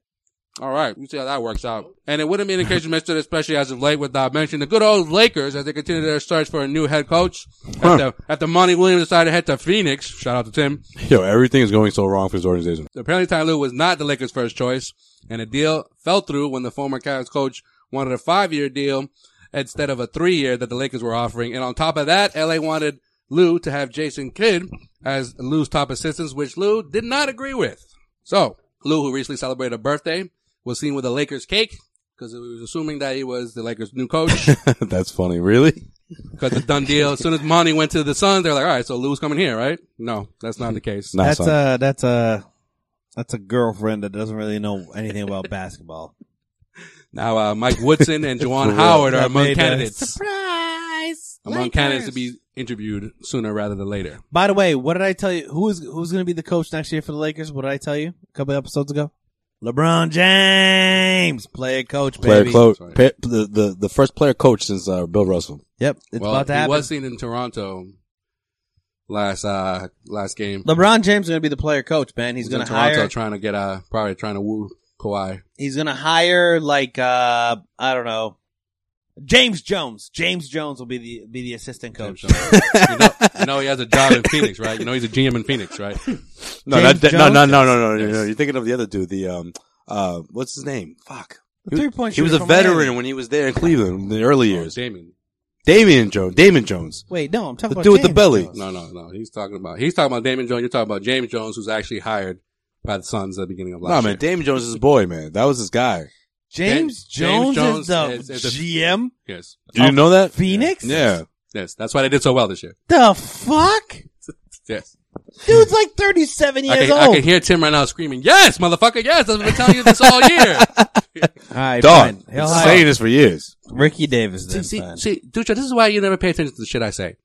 D: All right. We'll see how that works out. And it wouldn't be an occasion missed, it, especially as of late without mentioning the good old Lakers as they continue their search for a new head coach. After, after Monty Williams decided to head to Phoenix, shout out to Tim.
B: Yo, everything is going so wrong for this organization.
D: Apparently Ty Lue was not the Lakers first choice and a deal fell through when the former Cavs coach wanted a five year deal instead of a three year that the Lakers were offering. And on top of that, LA wanted Lou to have Jason Kidd as Lou's top assistants, which Lou did not agree with. So Lou, who recently celebrated a birthday, was seen with a Lakers cake because it was assuming that he was the Lakers new coach
B: That's funny, really.
D: because the done deal. As soon as Monty went to the Suns, they're like, all right, so Lou's coming here, right? No, that's not the case.
B: Nah,
C: That's
B: son.
C: a that's a that's a girlfriend that doesn't really know anything about basketball.
D: Now, uh, Mike Woodson and Juwan Howard are
C: That
D: among
C: made us-
D: candidates.
E: Surprise!
D: among candidates to be interviewed sooner rather than later.
C: By the way, what did I tell you? Who is who's going to be the coach next year for the Lakers? What did I tell you a couple episodes ago? LeBron James, player coach,
B: Player
C: baby.
B: coach,
D: Sorry.
B: pa- the, the the first player coach since uh, Bill Russell.
C: Yep, it's
D: well,
C: about to
D: he
C: happen.
D: was seen in Toronto last uh last game.
C: LeBron James is going to be the player coach, man. He's
D: He was
C: going
D: in
C: to
D: Toronto
C: hire.
D: trying to get uh probably trying to woo Kawhi.
C: He's going to hire like uh I don't know, James Jones. James Jones will be the be the assistant
D: James
C: coach.
D: Jones. you, know, you know he has a job in Phoenix, right? You know he's a GM in Phoenix, right?
B: No,
C: James
B: not, no, no, no,
C: Jones?
B: no, no, no,
D: Yes.
B: no. You're thinking of the other dude. The um, uh, what's his name? Fuck.
C: The three-point
B: He was a
C: shooter from
B: veteran
C: Miami.
B: when he was there in Cleveland in the early
D: Oh,
B: years.
D: Damien.
B: Damian Jones. Damon Jones.
C: Wait, no, I'm talking
B: The
C: about
B: dude with the
C: James
B: belly.
C: Jones.
D: No, no, no. He's talking about he's talking about Damon Jones. You're talking about James Jones, who's actually hired by the Suns at the beginning of
B: No,
D: last
B: man.
D: year.
B: Damon Jones is his boy, man. That was his guy.
C: James,
D: James
C: Jones,
D: Jones
C: is the
D: is- is the-
C: GM
D: Yes.
B: Do you know that?
C: Phoenix.
B: Yeah.
D: Yes. That's why they did so well this year.
C: The fuck?
D: Yes.
C: Dude's like 37
D: I
C: years
D: can, I
C: old.
D: can hear Tim right now screaming, yes, motherfucker, yes. I've been telling you this all year.
C: All right,
B: Dog.
C: fine. He'll
B: Been
C: have
B: Saying this for years.
C: Ricky Davis.
D: see,
C: Then,
D: see,
C: fine.
D: see, Dutra, this is why you never pay attention to the shit I say.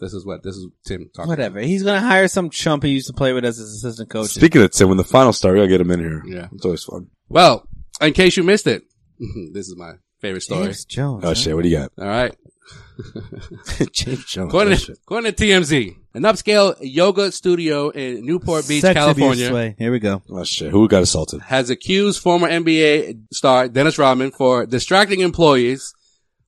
D: This is what, this is Tim talking.
C: Whatever. He's gonna hire some chump he used to play with as his assistant coach.
B: Speaking of Tim, when the final start, we gotta get him in here.
D: Yeah.
B: It's always fun.
D: Well, in case you missed it, this is my favorite story.
C: James Jones.
B: Oh
C: huh?
B: shit, what do you got?
D: All right.
C: Oh,
B: James Jones.
D: According to, according to TMZ, an upscale yoga studio in Newport Beach,
C: Sex abuse
D: California.
C: way. Here we go.
B: Oh shit, who got assaulted?
D: has accused former NBA star Dennis Rodman for distracting employees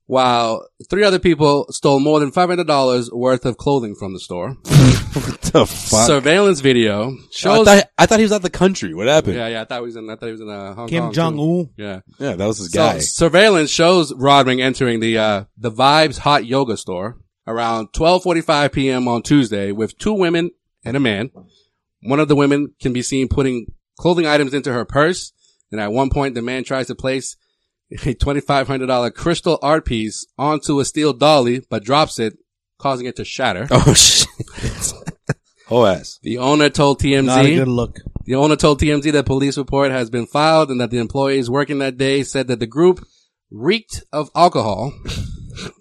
D: while three other people stole more than $500 worth of clothing from the store.
B: what the fuck?
D: Surveillance video
B: I
D: shows.
B: thought, I thought he was out the country. What happened?
D: yeah, yeah, I thought he was in, I thought he was in uh, Hong
C: Kim
D: Kong,
C: Jong
D: too.
C: Un.
D: Yeah.
B: Yeah, that was his
D: So
B: guy.
D: surveillance shows Rodman entering the, uh, the Vibes Hot Yoga store around 12.45 p.m. on Tuesday with two women and a man. One of the women can be seen putting clothing items into her purse. And at one point, the man tries to place a $2,500 crystal art piece onto a steel dolly, but drops it, causing it to shatter.
B: oh shit. Whole ass.
D: The owner told TMZ.
C: Not a good look.
D: The owner told TMZ that police report has been filed and that the employees working that day said that the group reeked of alcohol.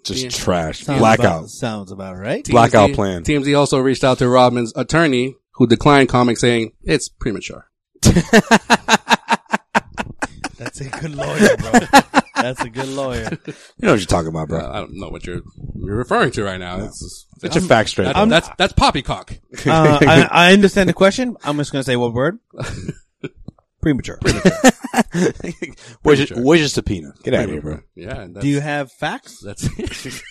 B: Just
D: Yeah.
B: trash.
C: Sounds
B: Blackout.
C: about- sounds about right.
B: Blackout
D: TMZ
B: plan.
D: TMZ also reached out to Rodman's attorney, who declined comment, saying it's premature.
C: That's a good lawyer, bro. That's a good lawyer.
B: You know what you're talking about,
D: Uh,
B: bro.
D: I don't know what you're you're referring to right now. That's, just-
B: Get your facts straight.
D: that-
B: though.
D: that's that's poppycock.
C: Uh, I, I understand the question. I'm just gonna say one word. Premature.
B: where's,
D: pretty
B: your,
D: sure.
B: where's your subpoena? Get out of here, bro.
D: Yeah. That's,
C: Do you have facts?
D: That's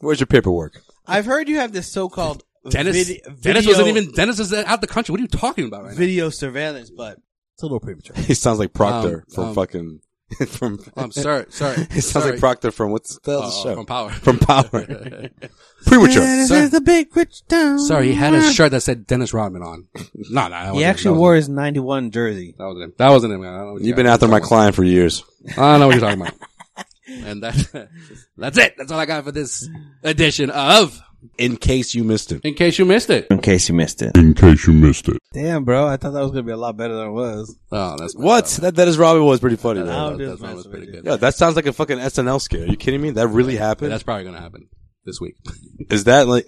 B: Where's your paperwork?
C: I've heard you have this so-called
D: Dennis.
C: vid-
D: Dennis
C: video-
D: wasn't even Dennis is out the country. What are you talking about right now?
C: video surveillance, but it's a little premature.
B: He sounds like Proctor
D: Um,
B: from
D: um,
B: fucking from.
D: Oh, I'm sorry. Sorry.
B: He sounds
D: sorry.
B: like Proctor from what's the hell's
D: Uh,
B: the show?
D: from Power.
B: From Power. Premature.
D: Sorry.
C: the big rich town.
D: Sorry, he had a shirt that said Dennis Rodman on. No, no, that
C: Mm-hmm. He
D: wasn't-
C: actually
D: that wasn't-
C: wore his 91 jersey.
D: That wasn't him. That wasn't him. man. I don't know what you
B: You've been
D: guys-
B: after my client for years.
D: I don't know what you're talking about. and that, that's it. That's all I got for this edition of
B: In case you missed it.
D: In Case You Missed It.
C: In case you missed it.
F: In case you missed it.
C: Damn, bro. I thought that was going to be a lot better than it was.
D: Oh, that's
B: What? That that is Robin was pretty funny.
C: I'll
B: though.
C: do
D: That's
C: this
D: that was pretty
C: message.
D: good.
B: Yeah, that sounds like a fucking SNL scare. Are you kidding me? That really
D: Yeah,
B: happened?
D: that's probably going to happen this week.
B: Is that like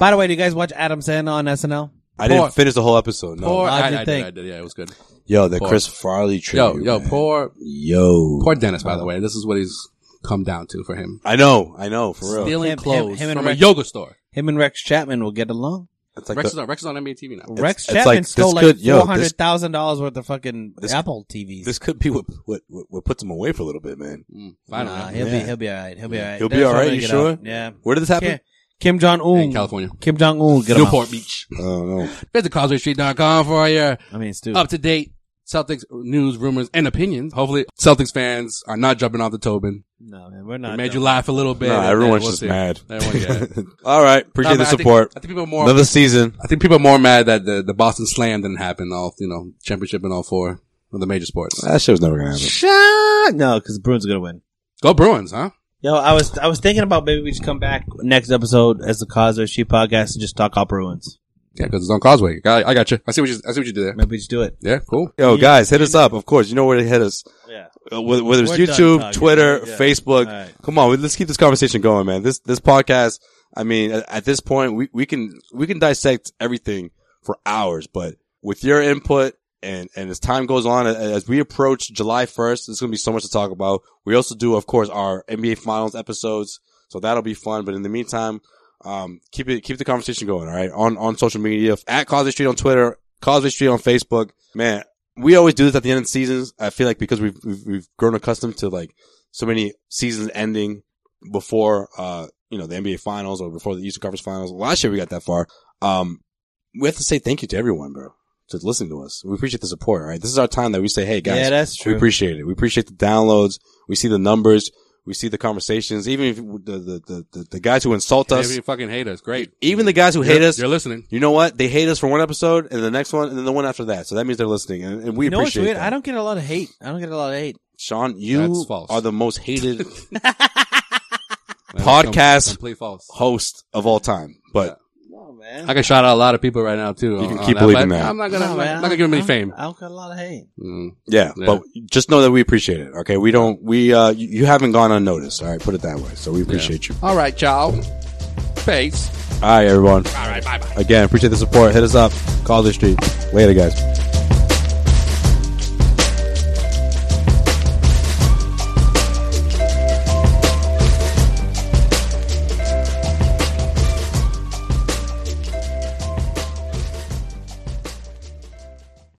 C: By the way, do you guys watch Adam Sandler on SNL?
B: I didn't
D: Poor-
B: finish the whole episode. No.
D: Poor,
C: How'd
D: I,
C: you
D: I did.
C: think?
D: I did. Yeah, it was good.
B: yo, the
D: poor.
B: Chris Farley
D: Yo,
B: tribute.
D: yo,
B: man.
D: poor,
B: yo.
D: poor Dennis, by the way. This is what he's come down to for him.
B: I know, I know, for real.
D: Stealing
C: Him- him-
D: clothes
C: him and
D: from a
C: Rex-
D: yoga store.
C: Him and Rex Chapman will get along.
B: It's like
D: Rex,
B: the-
D: is on, Rex is on NBA TV now.
C: Rex
B: it's
C: Chapman
B: like, this
C: stole like
B: could- yo, this-
C: $400,000 worth of fucking
B: this-
C: Apple TVs.
B: this could be what, what what what puts him away for a little bit, man.
D: Mm, finally.
C: nah, he'll,
B: Yeah.
C: be, he'll be all right. He'll be all right.
B: He'll be
C: That's
B: all
C: how
B: right.
C: they
B: You
C: get
B: sure?
C: out. Yeah.
B: Where did this happen?
C: Kim, Kim Jong-un.
D: In California.
C: Kim Jong-un. Get him out.
D: Newport Beach.
B: I don't know.
D: Visit causewaystreet.com for your
C: I mean, Stu.
D: up to date Celtics news, rumors, and opinions. Hopefully, Celtics fans are not jumping off the Tobin.
C: No, man. We're
D: It
C: not.
D: made
C: done.
D: you laugh a little bit.
B: Nah,
D: and
B: everyone's
D: we'll
B: just
D: see.
B: mad.
D: Everyone, yeah.
B: All right, appreciate
D: No,
B: the
D: but I think-
B: support.
D: I think, people are more.
B: Another season.
D: I think people are more mad that the, the Boston Slam didn't happen. All you know, championship in all four of the major sports.
B: That shit was never gonna happen.
C: Shut. No, because the Bruins are gonna win.
D: Go Bruins, huh?
C: Yo, I was I was thinking about maybe we just come back next episode as the Causeway Sheep podcast and just talk all Bruins.
D: Yeah, because it's on Causeway. I, I got you. I see what you. I see what you did there.
C: Maybe we just do it.
D: Yeah, cool.
B: Yo, guys, hit us up. Of course, you know where to hit us.
C: Yeah.
B: Uh, Whether, whether it's
C: We're done
B: YouTube,
C: talking.
B: Twitter,
C: Yeah.
B: Facebook.
C: All right.
B: Come on, let's keep this conversation going, man. This this podcast. I mean, at, at this point, we, we can we can dissect everything for hours, but with your input and and as time goes on, a- as we approach July first, there's gonna be so much to talk about. We also do, of course, our NBA Finals episodes, so that'll be fun. But in the meantime, um, keep it keep the conversation going. All right, on on social media at Causeway Street on Twitter, Causeway Street on Facebook. Man, we always do this at the end of seasons. I feel like because we've we've, we've grown accustomed to like so many seasons ending before uh you know the NBA finals or before the Eastern Conference finals. Last year we got that far. Um we have to say thank you to everyone, bro, to listen to us. We appreciate the support, all right? This is our time that we say, "Hey guys,
C: yeah, that's
B: we
C: true.
B: appreciate it. We appreciate the downloads. We see the numbers. We see the conversations. Even if the the the, the, the guys who insult
D: Maybe
B: us, E-,
D: you fucking hate us. Great.
B: even the guys who hate
D: You're-
B: us,
D: You're listening.
B: you know what? They hate us for one episode, and the next one, and then the one after that. So that means they're listening, and, and we
C: you know what's
B: appreciate
C: weird?
B: that.
C: I don't get a lot of hate. I don't get a lot of hate.
B: Sean, you
D: That's false.
B: are the most hated
D: That's
B: Podcast-
D: com- Complete false.
B: host of all time. But
C: No, man.
D: I can shout out a lot of people right now too.
B: You can
D: on-
B: keep
D: on
B: believing
D: but
B: that.
D: I'm not gonna,
C: No,
D: I'm
C: man.
D: not gonna give him any fame.
C: I don't got a lot of hate.
D: Mm.
B: yeah,
D: Yeah.
B: but just know that we appreciate it. Okay, we don't. We uh, you, you haven't gone unnoticed. All right, put it that way. So we appreciate you.
D: All right, y'all. Peace.
B: All right, everyone. All right, bye bye. Again, appreciate the support. Hit us up. Call the street. Later, guys.